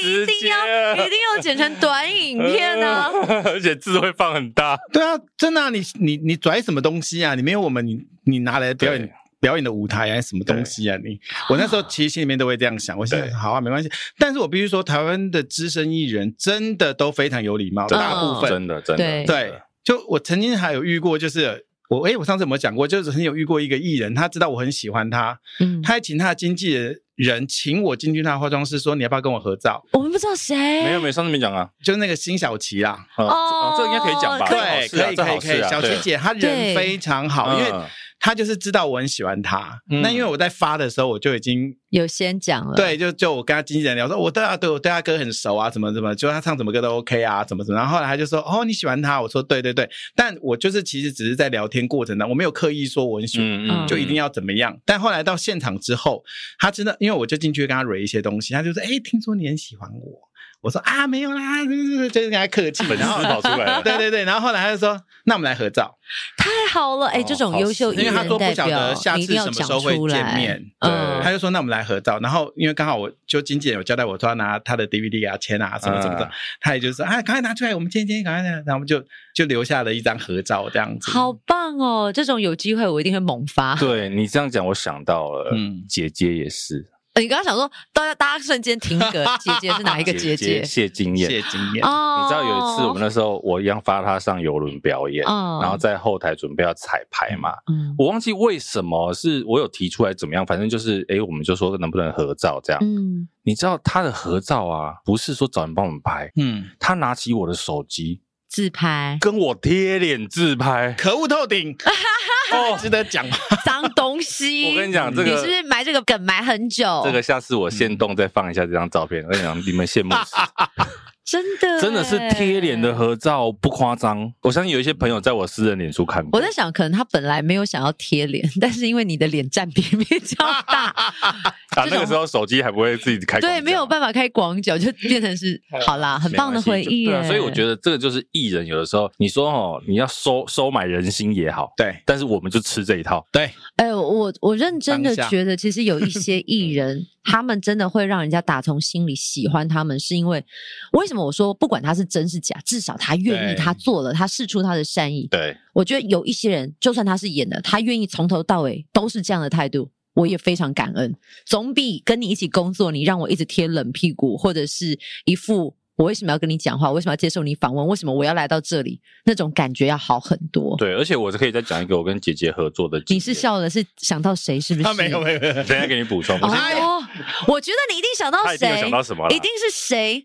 Speaker 2: 一定要一定要剪成短影片
Speaker 1: 呃
Speaker 2: 啊！
Speaker 1: 而且字会放很大。
Speaker 3: 对啊，真的、啊，你你你拽什么东西啊？你没有我们，你你拿来表演
Speaker 1: 对
Speaker 3: 表演的舞台啊，什么东西啊？你我那时候其实心里面都会这样想，我想
Speaker 1: 对
Speaker 3: 好啊，没关系。但是我必须说，台湾的资深艺人真的都非常有礼貌，
Speaker 1: 真的
Speaker 3: 大部 分
Speaker 1: 真的真的
Speaker 2: 对
Speaker 3: 对。就我曾经还有遇过，就是我诶、我上次有没有讲过？就是曾经有遇过一个艺人，他知道我很喜欢他，
Speaker 2: 嗯，
Speaker 3: 他还请他的经纪人请我进去他的化妆室，说你要不要跟我合照？
Speaker 2: 我们不知道谁，
Speaker 1: 没有没有，上次没讲啊。
Speaker 3: 就是那个辛晓琪啦。
Speaker 1: 哦
Speaker 2: 哦
Speaker 1: 这个应该可以讲吧？
Speaker 2: 可以
Speaker 1: 这好事
Speaker 3: 对，
Speaker 1: 啊
Speaker 3: 可以
Speaker 1: 这
Speaker 3: 可
Speaker 1: 好
Speaker 3: 以可
Speaker 1: 事
Speaker 3: 以，
Speaker 1: 啊
Speaker 3: 小琪
Speaker 1: 对
Speaker 3: 姐她
Speaker 2: 对
Speaker 3: 人非常好，因为
Speaker 1: 嗯
Speaker 3: 她就是知道我很喜欢她。
Speaker 1: 嗯
Speaker 3: 那因为我在发的时候，我就已经
Speaker 2: 有先讲了，
Speaker 3: 对，就就我跟她经纪人聊说，哦我对她对我对她歌很熟啊，怎么怎么，就她唱什么歌都 OK 啊，怎么怎么。然后后来她就说，哦，你喜欢她？我说对对对，但我就是其实只是在聊天过程当中，我没有刻意说我很喜欢。
Speaker 1: 嗯
Speaker 2: 嗯
Speaker 3: 就一定要怎么样？但后来到现场之后，她真的，因为我就进去跟她蕊一些东西，她就说：“哎、听说你很喜欢我。”我说：“啊，没有啦，就是跟她客气。”
Speaker 1: 粉丝
Speaker 3: 然后
Speaker 1: 跑出来 了。
Speaker 3: 对对对，然后后来他就说，那我们来合照，
Speaker 2: 太好了，哎、
Speaker 1: 哦
Speaker 2: 这种优秀
Speaker 1: 好
Speaker 2: 艺
Speaker 1: 事
Speaker 3: 因为
Speaker 2: 人
Speaker 3: 他
Speaker 2: 代表，
Speaker 3: 说不晓得下
Speaker 2: 你一
Speaker 3: 次
Speaker 2: 定要
Speaker 3: 什么时
Speaker 2: 讲
Speaker 3: 候会
Speaker 2: 出
Speaker 3: 见
Speaker 2: 来。
Speaker 3: 面。
Speaker 2: 嗯
Speaker 3: 他就说：“那我们来合照。”然后因为刚好我就经纪人有交代我说要拿他的 DVD 啊、签啊什么什么的
Speaker 1: 嗯，
Speaker 3: 他也就说：“啊，赶快拿出来，我们今天今天赶快拿。”然后我们就就留下了一张合照这样 子。
Speaker 2: 好，棒哦！这种有机会我一定会猛发。
Speaker 1: 对你这样讲，我想到了，
Speaker 3: 嗯
Speaker 1: 姐姐也是，
Speaker 2: 呃你刚刚想说，大家大家瞬间停格，姐姐是哪一个 姐
Speaker 1: 姐谢金燕，
Speaker 3: 谢经验。
Speaker 2: 哦，
Speaker 1: 你知道有一次我们那时候我一样发他上游轮表演，
Speaker 2: 哦
Speaker 1: 然后在后台准备要彩排嘛，
Speaker 2: 嗯
Speaker 1: 我忘记为什么是我有提出来怎么样，反正就是诶，我们就说能不能合照这样。
Speaker 2: 嗯
Speaker 1: 你知道他的合照啊，不是说找人帮我们拍，
Speaker 3: 嗯，。
Speaker 1: 他拿起我的手机
Speaker 2: 自拍
Speaker 1: 跟我贴脸自拍
Speaker 3: 可恶透 顶，
Speaker 1: 哦，
Speaker 3: 值得讲吗？
Speaker 2: 脏东西。
Speaker 1: 我跟你讲这
Speaker 2: 你
Speaker 1: 个
Speaker 2: 是不嗯是埋这个梗埋很久？
Speaker 1: 这个下次我现动再放一下这张照片，我跟你讲，你们羡慕死。
Speaker 2: 真的
Speaker 1: 真的是贴脸的
Speaker 2: 欸。
Speaker 1: 合照，不夸张。我相信有一些朋友在我私人脸书看过。
Speaker 2: 我在想，可能他本来没有想要贴脸，但是因为你的脸占比 比较大，
Speaker 1: 啊，
Speaker 2: 这种
Speaker 1: 那个时候手机还不会自己开广
Speaker 2: 对，
Speaker 1: 角
Speaker 2: 没有办法开广角，就变成 是好啦，很棒的回忆
Speaker 1: 对
Speaker 2: 耶、
Speaker 1: 啊，所以我觉得这个就是艺人，有的时候你说哦，你要收收买人心也好，
Speaker 3: 对
Speaker 1: 但是我们就吃这一套。
Speaker 3: 对，
Speaker 2: 哎、我我认真的
Speaker 3: 当下
Speaker 2: 觉得，其实有一些
Speaker 1: 嗯
Speaker 2: 艺人，他们真的会让人家打从心里喜欢他们，是因为为什么我说不管他是真是假，至少他愿意，
Speaker 3: 对
Speaker 2: 他做了，他试出他的善意。
Speaker 1: 对，
Speaker 2: 我觉得有一些人，就算他是演的，他愿意从头到尾都是这样的态度，我也非常感恩，总比跟你一起工作，你让我一直贴冷屁股，或者是一副。我为什么要跟你讲话？我为什么要接受你访问？为什么我要来到这里？那种感觉要好很多。
Speaker 1: 对，而且我可以再讲一个我跟姐姐合作的经
Speaker 2: 你
Speaker 1: 验。
Speaker 2: 是笑的是想到谁？是不是？
Speaker 1: 啊
Speaker 3: 他没有没有没有，
Speaker 1: 等一下给你补充，我先
Speaker 3: 哎
Speaker 2: 哦，我觉得你一定想到
Speaker 1: 他一定有
Speaker 2: 谁，
Speaker 1: 想到什么了？
Speaker 2: 一定是谁，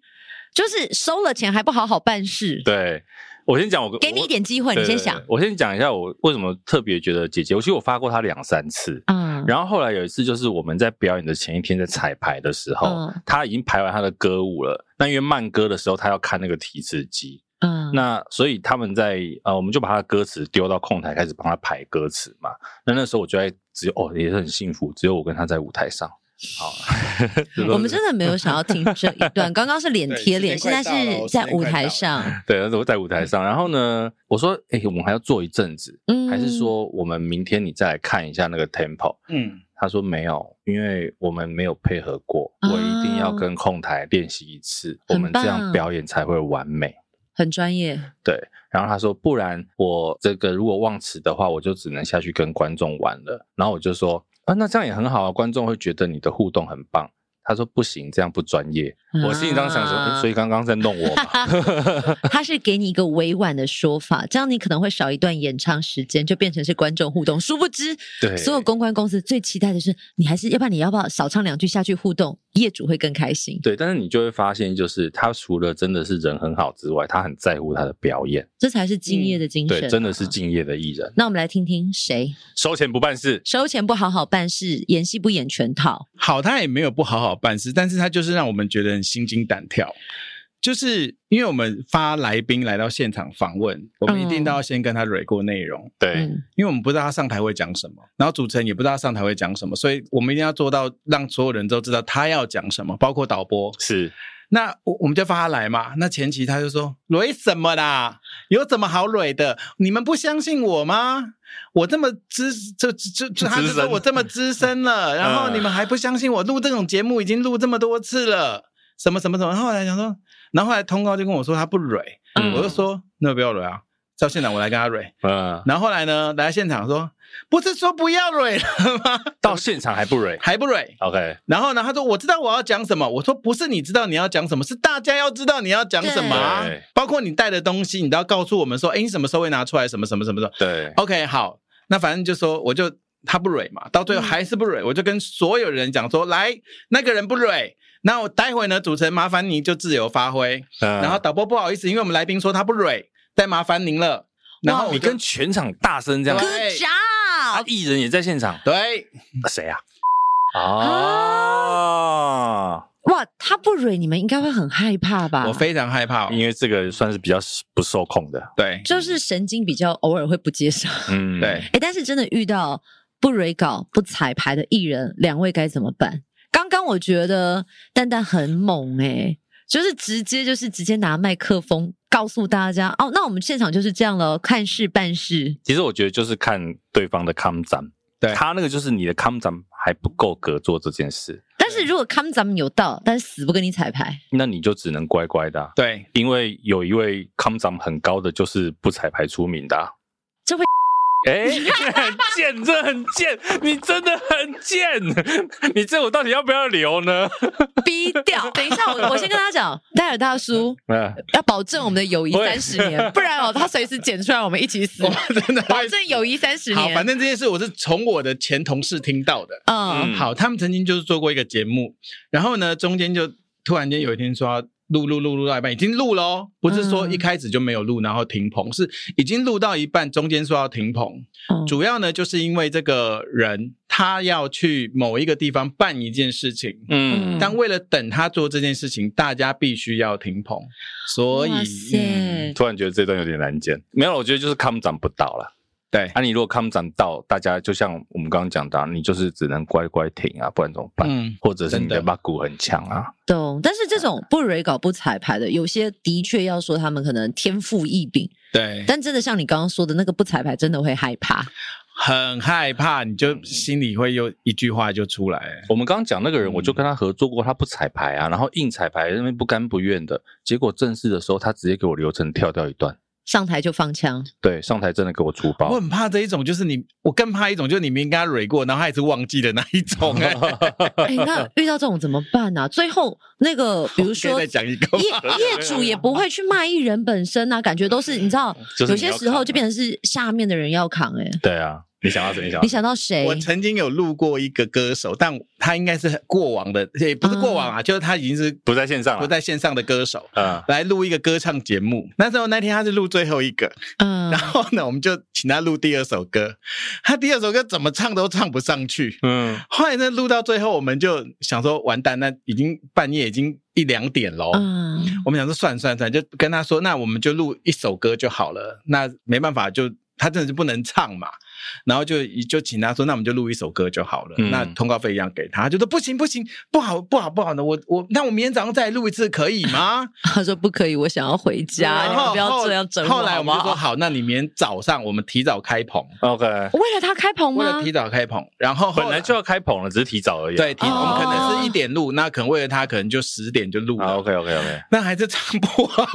Speaker 2: 就是收了钱还不好好办事。
Speaker 1: 对。我先讲我
Speaker 2: 给你一点机会，
Speaker 1: 我对
Speaker 2: 你先想
Speaker 1: 对对。我先讲一下我为什么特别觉得姐姐，我其实我发过她两三次。
Speaker 2: 嗯，
Speaker 1: 然后后来有一次，就是我们在表演的前一天在彩排的时候
Speaker 2: 嗯，
Speaker 1: 她已经排完她的歌舞了。那因为慢歌的时候，她要看那个提词机，
Speaker 2: 嗯，
Speaker 1: 那所以他们在呃，我们就把他的歌词丢到控台，开始帮他排歌词嘛。那那时候我就在只有哦，也是很幸福，只有我跟他在舞台上。好， 这都
Speaker 2: 我们真的没有想要听这一段，刚刚是脸贴脸，
Speaker 3: 对时
Speaker 2: 现
Speaker 3: 间
Speaker 2: 在
Speaker 3: 快到
Speaker 2: 是
Speaker 3: 了
Speaker 2: 在舞台上，
Speaker 1: 对，那时候在舞台上。然后呢，我说，哎、我们还要坐一阵子，
Speaker 2: 嗯，
Speaker 1: 还是说我们明天你再来看一下那个 tempo？
Speaker 3: 嗯，
Speaker 1: 他说没有，因为我们没有配合过，
Speaker 2: 啊
Speaker 1: 我一定要跟控台练习一次，我
Speaker 2: 很
Speaker 1: 们这样
Speaker 2: 棒
Speaker 1: 表演才会完美。
Speaker 2: 很专业，
Speaker 1: 对，然后他说，不然我这个如果忘词的话，我就只能下去跟观众玩了。然后我就说，啊，那这样也很好啊，观众会觉得你的互动很棒。他说不行，这样不专业。我心里当时想说，
Speaker 2: 啊
Speaker 1: 诶所以刚刚在弄我 嘛。
Speaker 2: 他是给你一个委婉的说法，这样你可能会少一段演唱时间，就变成是观众互动。殊不知，
Speaker 1: 对
Speaker 2: 所有公关公司最期待的是，你还是要不然你要不要少唱两句下去互动，业主会更开心。
Speaker 1: 对，但是你就会发现，就是他除了真的是人很好之外，他很在乎他的表演，
Speaker 2: 这才是敬业的精神、啊
Speaker 1: 对，真的是。敬业的艺人，
Speaker 2: 那我们来听听谁
Speaker 1: 收钱不办事。
Speaker 2: 收钱不好好办事，演戏不演全套。
Speaker 3: 好，他也没有不好好办事，但是他就是让我们觉得很心惊胆跳。就是因为我们发来宾来到现场访问，我们一定都要先跟他蕊过内容，
Speaker 1: 对，
Speaker 2: 嗯，
Speaker 3: 因为我们不知道他上台会讲什么，然后主持人也不知道他上台会讲什么，所以我们一定要做到让所有人都知道他要讲什么，包括导播。
Speaker 1: 是
Speaker 3: 那我我们就发他来嘛。那前期他就说蕊什么啦，有什么好蕊的？你们不相信我吗？我这么资这这这，他就
Speaker 1: 资
Speaker 3: 说
Speaker 1: 深嗯
Speaker 3: 我这么资 深了，然后你们还不相信我，录这种节目已经录这么多次了，什么什么什么。后来想说，然后后来通告就跟我说他不蕊，
Speaker 1: 嗯
Speaker 3: 我就说那不要蕊啊，到现场我来跟他蕊。
Speaker 1: 嗯，
Speaker 3: 然后后来呢，来到现场说不是说不要蕊了吗？
Speaker 1: 到现场还不蕊。
Speaker 3: 还不蕊，
Speaker 1: OK，
Speaker 3: 然后呢，他说我知道我要讲什么。我说不是你知道你要讲什么，是大家要知道你要讲什么啊
Speaker 1: 对。
Speaker 3: 包括你带的东西，你都要告诉我们说，哎，你什么时候会拿出来，什么什么什么什么。
Speaker 1: 对，
Speaker 3: OK，好，那反正就说我就他不蕊嘛，
Speaker 1: 嗯
Speaker 3: 到最后还是不蕊，我就跟所有人讲说，来，那个人不蕊。那我待会呢，主持人麻烦您就自由发挥。然
Speaker 1: 然
Speaker 3: 后导播不好意思，因为我们来宾说他不蕊，但麻烦您了。然后
Speaker 1: 你
Speaker 3: 我就
Speaker 1: 跟全场大声这样，
Speaker 3: 对
Speaker 2: Good
Speaker 1: 啊
Speaker 2: job！，
Speaker 1: 艺人也在现场，
Speaker 3: 对
Speaker 1: 啊谁啊？
Speaker 3: 啊
Speaker 1: 哦，
Speaker 2: 哇，他不蕊你们应该会很害怕吧？
Speaker 1: 啊
Speaker 3: 我非常害怕哦，
Speaker 1: 因为这个算是比较不受控的，
Speaker 3: 对
Speaker 2: 就是神经比较偶尔会不接受。
Speaker 1: 嗯，
Speaker 3: 对，
Speaker 2: 哎，但是真的遇到不蕊稿、不彩排的艺人，两位该怎么办？刚刚我觉得蛋蛋很猛哎、就是直接就是直接拿麦克风告诉大家哦，那我们现场就是这样了，看事办事。
Speaker 1: 其实我觉得就是看对方的 com 展，
Speaker 3: 对
Speaker 1: 他那个就是你的 com 展还不够格做这件事，
Speaker 2: 但是如果他们咱们有到，但是死不跟你彩排，
Speaker 1: 那你就只能乖乖的啊、
Speaker 3: 对
Speaker 1: 因为有一位 com 展很高的就是不彩排出名的、啊，
Speaker 2: 这位。
Speaker 1: 哎，你很贱，这很贱，你真的很贱，你这我到底要不要留呢？
Speaker 2: 逼 掉。等一下，我我先跟他讲，戴尔大叔
Speaker 3: 啊
Speaker 1: 嗯，
Speaker 2: 要保证我们的友谊
Speaker 1: 喂
Speaker 2: 三十 年，不然哦，他随时剪出来，我们一起死
Speaker 3: 我。哦真的 会
Speaker 2: 保证友谊三十
Speaker 3: 好，
Speaker 2: 年。
Speaker 3: 反正这件事我是从我的前同事听到的。
Speaker 2: 嗯
Speaker 1: 嗯
Speaker 3: 好，他们曾经就是做过一个节目，然后呢，中间就突然间有一天说要录录录录到一半，已经录了哦，不是说
Speaker 2: 嗯
Speaker 3: 一开始就没有录，然后停棚，是已经录到一半，中间说要停棚。
Speaker 2: 嗯
Speaker 3: 主要呢，就是因为这个人他要去某一个地方办一件事情。
Speaker 1: 嗯，
Speaker 3: 但为了等他做这件事情，大家必须要停棚，所以
Speaker 2: 哇塞
Speaker 3: 嗯
Speaker 1: 突然觉得这段有点难剪，没有，我觉得就是看涨不到了。
Speaker 3: 对
Speaker 1: 啊，你如果看涨到，大家就像我们刚刚讲的啊、你就是只能乖乖停啊，不然怎么办？
Speaker 3: 嗯
Speaker 1: 或者是你的
Speaker 3: 真的
Speaker 1: 八股很强啊，
Speaker 2: 懂，但是这种不蕊稿不彩排的，有些的确要说他们可能天赋异禀，
Speaker 3: 对，
Speaker 2: 但真的像你刚刚说的那个不彩排，真的会害怕。
Speaker 3: 很害怕，你就心里会有一句话就出来了。
Speaker 1: 我们刚刚讲那个人，
Speaker 3: 嗯
Speaker 1: 我就跟他合作过，他不彩排啊，然后硬彩排，那边不甘不愿的，结果正式的时候，他直接给我流程跳掉一段，
Speaker 2: 上台就放 枪，
Speaker 1: 对，上台真的给我出包
Speaker 3: 我，很怕这一种，就是你，我更怕一种，就是你明明跟他蕊过，然后他也是忘记的那一种、哎
Speaker 2: 哎，那遇到这种怎么办呢、啊？最后那个，比如
Speaker 3: 我
Speaker 2: 说
Speaker 3: 可以再讲一个吗
Speaker 2: 业业主也不会去骂艺 人本身啊，感觉都是你知道，
Speaker 1: 就是
Speaker 2: 有
Speaker 1: 你要
Speaker 2: 些时候
Speaker 1: 扛
Speaker 2: 就变成是下面的人要扛哎、
Speaker 1: 对啊，
Speaker 3: 你想到谁？你想到
Speaker 2: 你
Speaker 3: 谁
Speaker 2: 想到谁
Speaker 3: 我？曾经有录过一个歌手，但他应该是过往的，也不是过往啊，就是他已经是
Speaker 1: 不啊在线上
Speaker 3: 不
Speaker 1: 了，
Speaker 3: 在线上的歌手。
Speaker 1: 嗯
Speaker 3: 来录一个歌唱节目，那时候那天他是录最后一个，
Speaker 2: 嗯
Speaker 3: 然后呢，我们就请他录第二首歌，他第二首歌怎么唱都唱不上去。
Speaker 1: 嗯，
Speaker 3: 后来呢，录到最后，我们就想说，完蛋，那已经半夜已经一两点喽。
Speaker 2: 嗯，
Speaker 3: 我们想说算了算了算了，就跟他说，那我们就录一首歌就好了。那没办法，就他真的是不能唱嘛，然后就就请他说，那我们就录一首歌就好了。
Speaker 1: 嗯
Speaker 3: 那通告费一样给他，他就说不行不行，不好不好不好的，我我那我明天早上再录一次可以 吗？
Speaker 2: 他说不可以，我想要回家，你
Speaker 3: 然
Speaker 2: 们
Speaker 3: 后
Speaker 2: 不要
Speaker 3: 后
Speaker 2: 这样整我
Speaker 3: 后来
Speaker 2: 好
Speaker 3: 我
Speaker 2: 不
Speaker 3: 们就说
Speaker 2: 好？
Speaker 3: 好，那你明天早上我们提早开棚，
Speaker 1: OK，
Speaker 2: 为了他开棚
Speaker 3: 为
Speaker 2: 吗
Speaker 3: 了？提早开棚，然后后
Speaker 1: 本来就要开棚了，只是提早而已啊。
Speaker 3: 对提，我们可能
Speaker 2: 哦
Speaker 3: 是一点录，那可能为了他可能就十点就录了。
Speaker 1: OK OK OK，
Speaker 3: 那还是唱不好，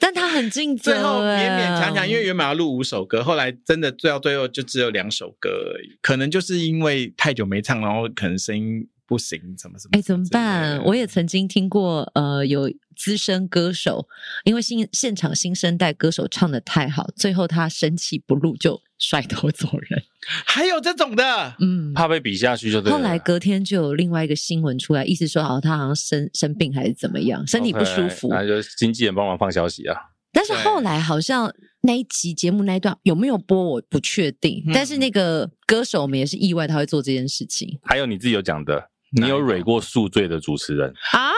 Speaker 2: 但他很尽责，哎
Speaker 3: 最后勉
Speaker 2: 啊
Speaker 3: 勉强强，因为
Speaker 2: 为
Speaker 3: 原本要录五首歌，后来真的最到最后就只有两首歌而已。可能就是因为太久没唱，然后可能声音不行，什么什么。
Speaker 2: 哎，怎么办？我
Speaker 3: 也
Speaker 2: 也曾经听过，呃，有资深歌手因为新现场新生代歌手唱的太好，最后他生气不录就甩头走人。
Speaker 3: 还有这种的，
Speaker 2: 嗯，
Speaker 1: 怕被比下去就对了。
Speaker 2: 后来隔天就有另外一个新闻出来，意思说好像他好像生生病还是怎么样，身体不舒服。
Speaker 3: 哎
Speaker 1: 那就经纪人帮忙放消息啊。
Speaker 2: 但是
Speaker 3: 对
Speaker 2: 后来好像那一集节目那一段有没有播我不确定，
Speaker 3: 嗯
Speaker 2: 但是那个歌手我们也是意外他会做这件事情
Speaker 1: 还有你自己有讲的，你有蕊过宿醉的主持 人，
Speaker 2: 啊。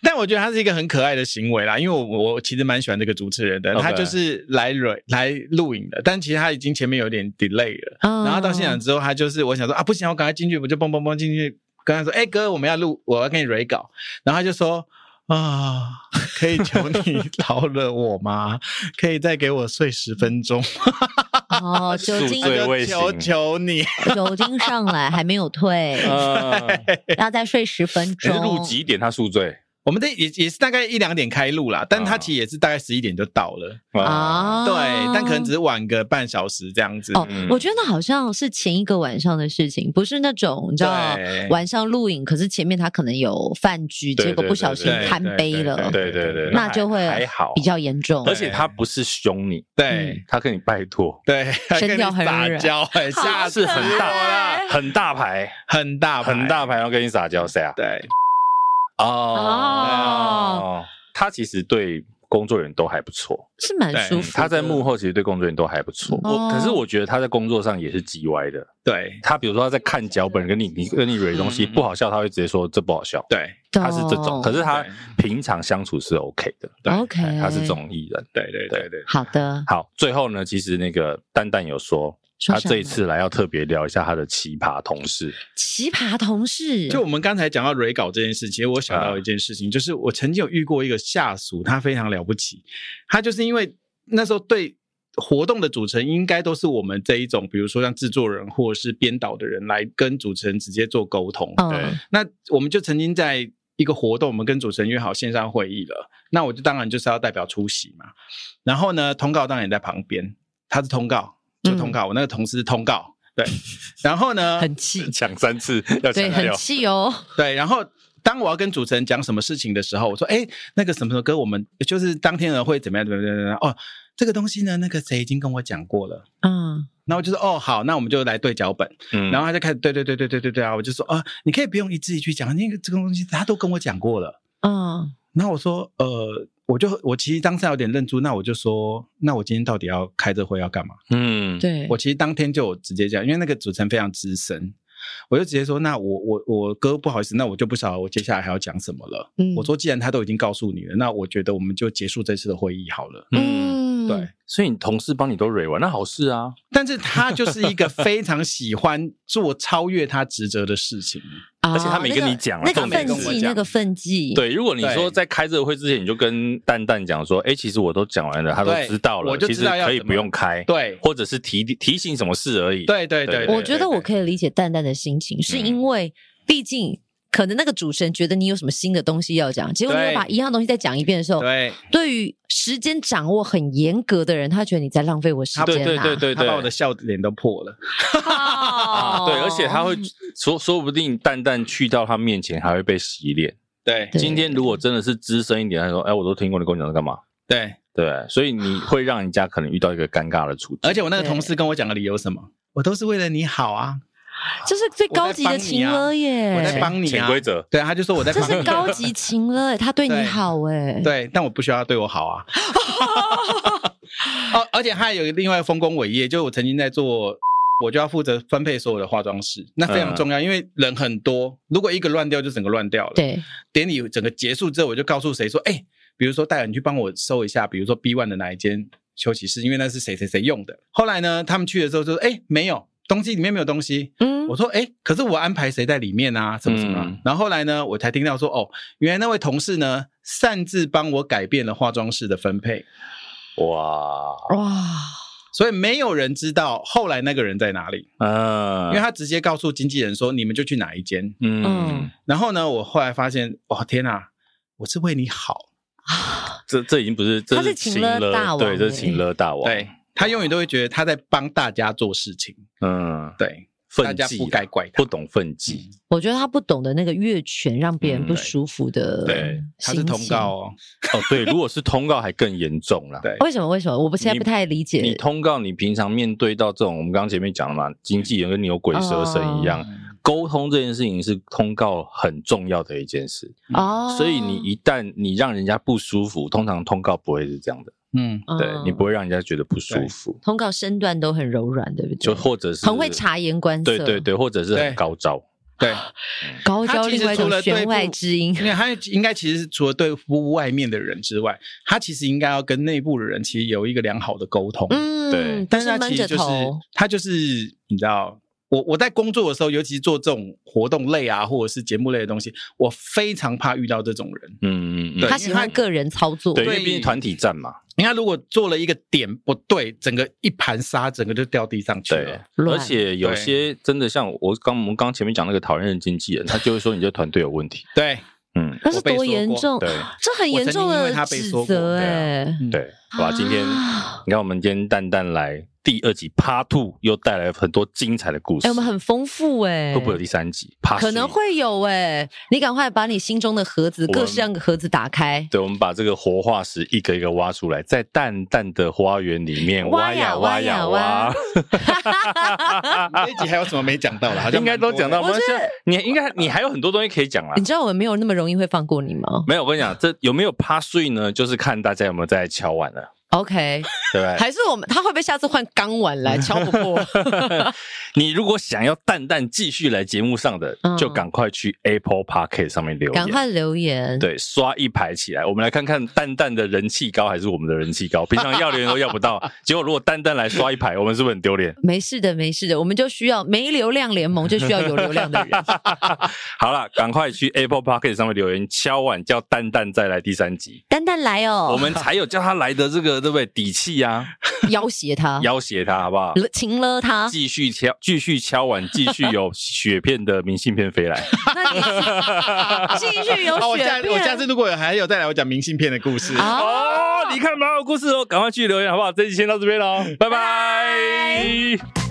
Speaker 3: 但我觉得他是一个很可爱的行为啦，因为我我我其实蛮喜欢这个主持人的，
Speaker 1: OK
Speaker 3: 他就是来蕊来录影的，但其实他已经前面有点 delay 了，
Speaker 2: 嗯
Speaker 3: 然后到现场之后，他就是我想说啊不行，我赶快进去，我就蹦蹦蹦进去跟他说，哎、哥，我们要录，我要跟你蕊稿，然后他就说。啊，可以求你饶了我吗？可以再给我睡十 分钟，
Speaker 2: 哦，酒精
Speaker 1: 宿醉
Speaker 3: 就
Speaker 1: 味
Speaker 3: 求
Speaker 1: 型
Speaker 3: 求你。
Speaker 2: 酒精上来还没有退，
Speaker 1: 呃，
Speaker 2: 要再睡十分
Speaker 1: 你是
Speaker 2: 钟。
Speaker 1: 录几点他宿醉
Speaker 3: 我们这也也是大概一两点开录啦，但他
Speaker 1: 啊
Speaker 3: 其实也是大概十一点就到了，
Speaker 1: 哦
Speaker 2: 啊？
Speaker 3: 对，但可能只是晚个半小时这样子。
Speaker 2: 哦
Speaker 1: 嗯，
Speaker 2: 我觉得那好像是前一个晚上的事情，不是那种你知道
Speaker 3: 对
Speaker 2: 晚上录影，可是前面他可能有饭局，
Speaker 1: 对
Speaker 2: 结果
Speaker 1: 对
Speaker 2: 不小
Speaker 1: 对
Speaker 2: 心
Speaker 1: 对
Speaker 2: 贪杯了，
Speaker 1: 对对对，
Speaker 2: 那就会
Speaker 1: 还好
Speaker 2: 比。较严重。
Speaker 1: 而且他不是凶你，
Speaker 3: 对
Speaker 1: 他跟你拜托，
Speaker 3: 对，
Speaker 2: 嗯
Speaker 3: 还跟
Speaker 2: 声
Speaker 3: 你
Speaker 2: 调很
Speaker 3: 撒
Speaker 2: 软
Speaker 3: 娇，很
Speaker 1: 他
Speaker 3: 吓
Speaker 1: 是
Speaker 3: 死
Speaker 1: 很
Speaker 3: 我
Speaker 1: 大
Speaker 3: 啦，
Speaker 1: 很大牌，
Speaker 3: 很大牌
Speaker 1: 很，大牌，然后跟你撒娇，谁啊？
Speaker 3: 对
Speaker 2: 哦
Speaker 1: 哦，他其实对工作人员都还不错，
Speaker 2: 是蛮
Speaker 3: 对
Speaker 2: 舒
Speaker 1: 嗯
Speaker 2: 服的。
Speaker 1: 他在幕后其实对工作人员都还不错。
Speaker 2: 哦
Speaker 1: 我可是我觉得他在工作上也是叽歪的。
Speaker 3: 对
Speaker 1: 他比如说他在看脚本，跟你你跟你蕊东西
Speaker 3: 嗯
Speaker 1: 不好笑，他会直接说这不好笑，
Speaker 3: 对
Speaker 1: 他是这种。
Speaker 2: 懂
Speaker 1: 可是他
Speaker 3: 对
Speaker 1: 平常相处是 OK 的，
Speaker 3: 对
Speaker 2: OK，
Speaker 1: 哎他是这种艺人。
Speaker 3: 对对对对，
Speaker 2: 好的。
Speaker 1: 好，最后呢，其实那个蛋蛋有说，
Speaker 2: 说
Speaker 1: 他
Speaker 2: 什么
Speaker 1: 这一次来要特别聊一下他的奇葩同事。
Speaker 2: 奇葩同事，
Speaker 3: 就我们刚才讲到蕊稿这件事，其实我想到一件事情，就是我曾经有遇过一个下属，他非常了不起，他就是因为那时候对。活动的组成应该都是我们这一种，比如说像制作人或者是编导的人来跟主持人直接做沟通。
Speaker 1: 对
Speaker 2: 嗯，
Speaker 3: 那我们就曾经在一个活动，我们跟主持人约好线上会议了。那我就当然就是要代表出席嘛。然后呢，通告当然也在旁边，他是通告，就通告。我那个同事是通告，对。然后呢，
Speaker 2: 很气，
Speaker 1: 讲三次要
Speaker 2: 对，
Speaker 1: 强
Speaker 2: 很
Speaker 1: 调，
Speaker 2: 气哦。
Speaker 3: 对，然后当我要跟主持人讲什么事情的时候，我说：“哎，那个什么什么歌，我们就是当天呢会怎么样怎么样怎么样？哦，这个东西呢，那个谁已经跟我讲过了。”
Speaker 2: 嗯，
Speaker 3: 然后我就说哦好，那我们就来对脚本，
Speaker 1: 嗯
Speaker 3: 然后他就开始对对对对对对对啊，我就说啊，你可以不用一字一句讲，那个这个东西他都跟我讲过了。
Speaker 2: 嗯，
Speaker 3: 然后我说，呃，我就我其实当下有点愣住，那我就说，那我今天到底要开这会要干嘛？
Speaker 1: 嗯，
Speaker 2: 对，
Speaker 3: 我其实当天就有直接讲，因为那个主持人非常资深，我就直接说，那我我我哥不好意思，那我就不晓得我接下来还要讲什么了。
Speaker 2: 嗯
Speaker 3: 我，说，既然他都已经告诉你了，那我觉得我们就结束这次的会议好了。
Speaker 1: 嗯，
Speaker 2: 嗯，
Speaker 3: 对，
Speaker 1: 所以你同事帮你都蕊完，那好事啊。
Speaker 3: 但是他就是一个非常喜欢做超越他职责的事情。
Speaker 2: 啊，
Speaker 1: 而且他没跟你讲啊
Speaker 2: 那个
Speaker 1: 重
Speaker 2: 那
Speaker 1: 点
Speaker 2: 个
Speaker 3: 是
Speaker 2: 愤气，那个愤气，，
Speaker 1: 对，如果你
Speaker 3: 对
Speaker 1: 说在开这个会之前，你就跟蛋蛋讲说，哎，其实我都讲完了，他都
Speaker 3: 对
Speaker 1: 知道了，
Speaker 3: 我就
Speaker 1: 其实
Speaker 3: 知道要
Speaker 1: 可以
Speaker 3: 怎
Speaker 1: 不
Speaker 3: 么
Speaker 1: 用开，
Speaker 3: 对，
Speaker 1: 或者是提提醒什么事而已。，
Speaker 3: 对对对，
Speaker 1: 对嗯
Speaker 2: 我觉得我可以理解蛋蛋的心情，是因为毕竟可能那个主持人觉得你有什么新的东西要讲，结果你又
Speaker 3: 对
Speaker 2: 把一样东西再讲一遍的时候，
Speaker 3: 对，
Speaker 2: 对于时间掌握很严格的人，他觉得你在浪费我时
Speaker 1: 对
Speaker 2: 间
Speaker 1: 对
Speaker 2: 啦。
Speaker 1: 对 对
Speaker 3: 他
Speaker 1: 对，
Speaker 3: 把我的笑脸都破了。
Speaker 1: 啊，
Speaker 2: 啊
Speaker 1: 对，而且他会说，说不定蛋蛋去到他面前还会被洗脸。
Speaker 3: 对
Speaker 2: 对
Speaker 1: 今天如果真的是资深一点，他说，哎，我都听过你跟我讲在干嘛？
Speaker 3: 对，
Speaker 1: 对，所以你会让人家可能遇到一个尴尬的处境。
Speaker 3: 而且我那个
Speaker 2: 对
Speaker 3: 同事跟我讲的理由是什么？我都是为了你好啊，
Speaker 2: 这是最高级
Speaker 3: 我
Speaker 2: 的
Speaker 3: 在帮你啊
Speaker 2: 情勒耶！
Speaker 3: 我在帮你
Speaker 1: 潜
Speaker 3: 啊。
Speaker 1: 规则，
Speaker 3: 对，他就说我在
Speaker 2: 这
Speaker 3: 帮
Speaker 2: 是
Speaker 3: 你啊。
Speaker 2: 高级情勒耶，他对你
Speaker 3: 对
Speaker 2: 好哎，
Speaker 3: 对，但我不需要他对我好啊。哦，而且他还有另外丰功伟业，就是我曾经在做，我就要负责分配所有的化妆师，那非常重要，因为人很多，如果一个乱掉，就整个乱掉了。，
Speaker 2: 对，
Speaker 3: 典礼整个结束之后，我就告诉谁说，哎、比如说戴尔，你去帮我搜一下，比如说 B one 的哪一间休息室，因为那是谁谁谁用的。后来呢，他们去的时候就说，哎、没有东西，里面没有东西。
Speaker 2: 嗯
Speaker 3: 我，说，哎、可是我安排谁在里面啊？什么什么啊、
Speaker 1: 嗯
Speaker 3: 然后后来呢，我才听到说，哦，原来那位同事呢，擅自帮我改变了化妆室的分配，
Speaker 1: 哇，
Speaker 2: 哇，
Speaker 3: 所以没有人知道后来那个人在哪里，
Speaker 1: 嗯，
Speaker 3: 因为他直接告诉经纪人说，你们就去哪一间。
Speaker 1: 嗯
Speaker 2: 嗯，
Speaker 3: 然后呢，我后来发现，哇，天哪、我是为你好，
Speaker 1: 这这已经不是，这
Speaker 2: 他是
Speaker 1: 情
Speaker 2: 情勒大王
Speaker 1: 对，这
Speaker 2: 欸
Speaker 1: 是情勒大王，
Speaker 3: 对，他永远都会觉得他在帮大家做事情，
Speaker 1: 嗯，
Speaker 3: 对，大
Speaker 1: 分
Speaker 3: 家
Speaker 1: 际
Speaker 3: 不
Speaker 1: 啊
Speaker 3: 该怪他
Speaker 1: 不。懂分际，
Speaker 2: 我觉得他不懂得那个越权让别人
Speaker 1: 嗯
Speaker 2: 不
Speaker 1: 对
Speaker 2: 舒服的，
Speaker 1: 对，
Speaker 3: 他是通告。哦，
Speaker 1: 哦，对，如果是通告还更严重啦。
Speaker 3: 对，
Speaker 2: 为什么？为什么？我不现在
Speaker 1: 你
Speaker 2: 不太理解。
Speaker 1: 你通告，你平常面对到这种，我们刚刚前面讲了嘛，经纪人跟牛鬼蛇神一样，
Speaker 2: 哦
Speaker 1: 沟通这件事情是通告很重要的一件事，
Speaker 2: 哦，
Speaker 1: 所以你一旦你让人家不舒服，通常通告不会是这样的，
Speaker 3: 嗯，
Speaker 2: 嗯
Speaker 1: 对你不会让人家觉得不舒服，
Speaker 2: 通告身段都很柔软，对不对？
Speaker 1: 就或者是
Speaker 2: 很会，察言观色，
Speaker 1: 对对，对，或者是很高招，
Speaker 3: 对，
Speaker 1: 啊
Speaker 2: 高
Speaker 3: 他
Speaker 2: 招
Speaker 3: 其实
Speaker 2: 另外一种
Speaker 3: 除了对
Speaker 2: 弦外
Speaker 3: 不
Speaker 2: 之音
Speaker 3: 因。为他应该其实除了对付外面的人之外，他其实应该要跟内部的人其实有一个良好的沟通。
Speaker 2: 嗯，
Speaker 1: 对
Speaker 2: 不
Speaker 3: 但是
Speaker 2: 是
Speaker 3: 他
Speaker 2: 闷
Speaker 3: 其
Speaker 2: 着
Speaker 3: 实就是
Speaker 2: 头，
Speaker 3: 他就是你知道，我我在工作的时候，尤其是做这种活动类啊，或者是节目类的东西，我非常怕遇到这种人。
Speaker 1: 嗯嗯嗯，
Speaker 3: 对
Speaker 2: 他
Speaker 3: 因为
Speaker 2: 喜
Speaker 3: 他
Speaker 2: 欢个人操作。
Speaker 1: 对，因
Speaker 3: 对
Speaker 1: 为毕竟团体战嘛，
Speaker 3: 你看，如果做了一个点不对，整个一盘沙，整个就掉地上去
Speaker 1: 对
Speaker 3: 了。，
Speaker 2: 乱
Speaker 1: 而且有些真的像我刚我们刚前面讲那个讨厌的经纪人，他就会说你这团队有问题，
Speaker 3: 对，
Speaker 1: 嗯，
Speaker 2: 那是
Speaker 3: 我被
Speaker 2: 多
Speaker 3: 说
Speaker 2: 严
Speaker 3: 过
Speaker 2: 重
Speaker 1: 对？
Speaker 2: 这很严重
Speaker 3: 我曾经因为
Speaker 2: 的
Speaker 3: 他被
Speaker 2: 指
Speaker 3: 说过
Speaker 2: 责
Speaker 1: 对
Speaker 2: 哎、
Speaker 3: 嗯
Speaker 1: 对，好吧，今天
Speaker 2: 啊
Speaker 1: 你看我们今天蛋蛋来第二集 Part Two 又带来很多精彩的故事，
Speaker 2: 哎、我们很丰富哎、
Speaker 1: 会不会有第三集 Part？
Speaker 2: 可能
Speaker 1: Three？
Speaker 2: 会有哎、你赶快把你心中的盒子，
Speaker 1: 我
Speaker 2: 各
Speaker 1: 们
Speaker 2: 式各样的盒子打开，
Speaker 1: 对，我们把这个活化石一个一个挖出来，在蛋蛋的花园里面
Speaker 2: 挖
Speaker 1: 挖
Speaker 2: 呀
Speaker 1: 呀
Speaker 2: 挖呀
Speaker 1: 呀
Speaker 2: 挖
Speaker 1: 挖，
Speaker 3: 这一集还有什么没讲到的？好
Speaker 1: 啊
Speaker 3: 像
Speaker 1: 应该都讲到。
Speaker 3: 蛮
Speaker 1: 我们现在你应该你还有很多东西可以讲啦
Speaker 2: 你。知道我们没有那么容易会放过你吗
Speaker 1: 没有，我跟你讲，这有没有 Part Three 呢？就是看大家有没有在敲碗了，
Speaker 2: ？OK，
Speaker 1: 对不对？
Speaker 2: 还是我们他会不会下次换钢碗来敲不破？
Speaker 1: 你如果想要蛋蛋继续来节目上的，
Speaker 2: 嗯
Speaker 1: 就赶快去 Apple p o c k e t 上面留言，
Speaker 2: 赶快留言。
Speaker 1: 对刷一排起来。我们来看看蛋蛋的人气高还是我们的人气高。平常要留言都要不到， 结果如果蛋蛋来刷一排，我们是不是很丢脸？
Speaker 2: 没事的，没事的，我们就需要没流量联盟，就需要有流量的人。
Speaker 1: 好了，赶快去 Apple p o c k e t 上面留言敲碗，叫蛋蛋再来第三集，
Speaker 2: 丹丹来哦，
Speaker 1: 我们才有叫他来的这个对不对底气啊？
Speaker 2: 要挟他，
Speaker 1: 要挟他好不好？
Speaker 2: 勒擒了他。
Speaker 1: 继续敲，继续敲碗，继续有雪片的明信片飞来。
Speaker 2: 那你继续有
Speaker 3: 哦，我下
Speaker 2: 雪
Speaker 3: 我下次
Speaker 2: 片
Speaker 3: 如果有还有再来，我讲明信片的故事。
Speaker 2: 啊！
Speaker 1: 哦哦，你看蛮有故事哦，赶快去留言好不好？这期先到这边喽，拜拜。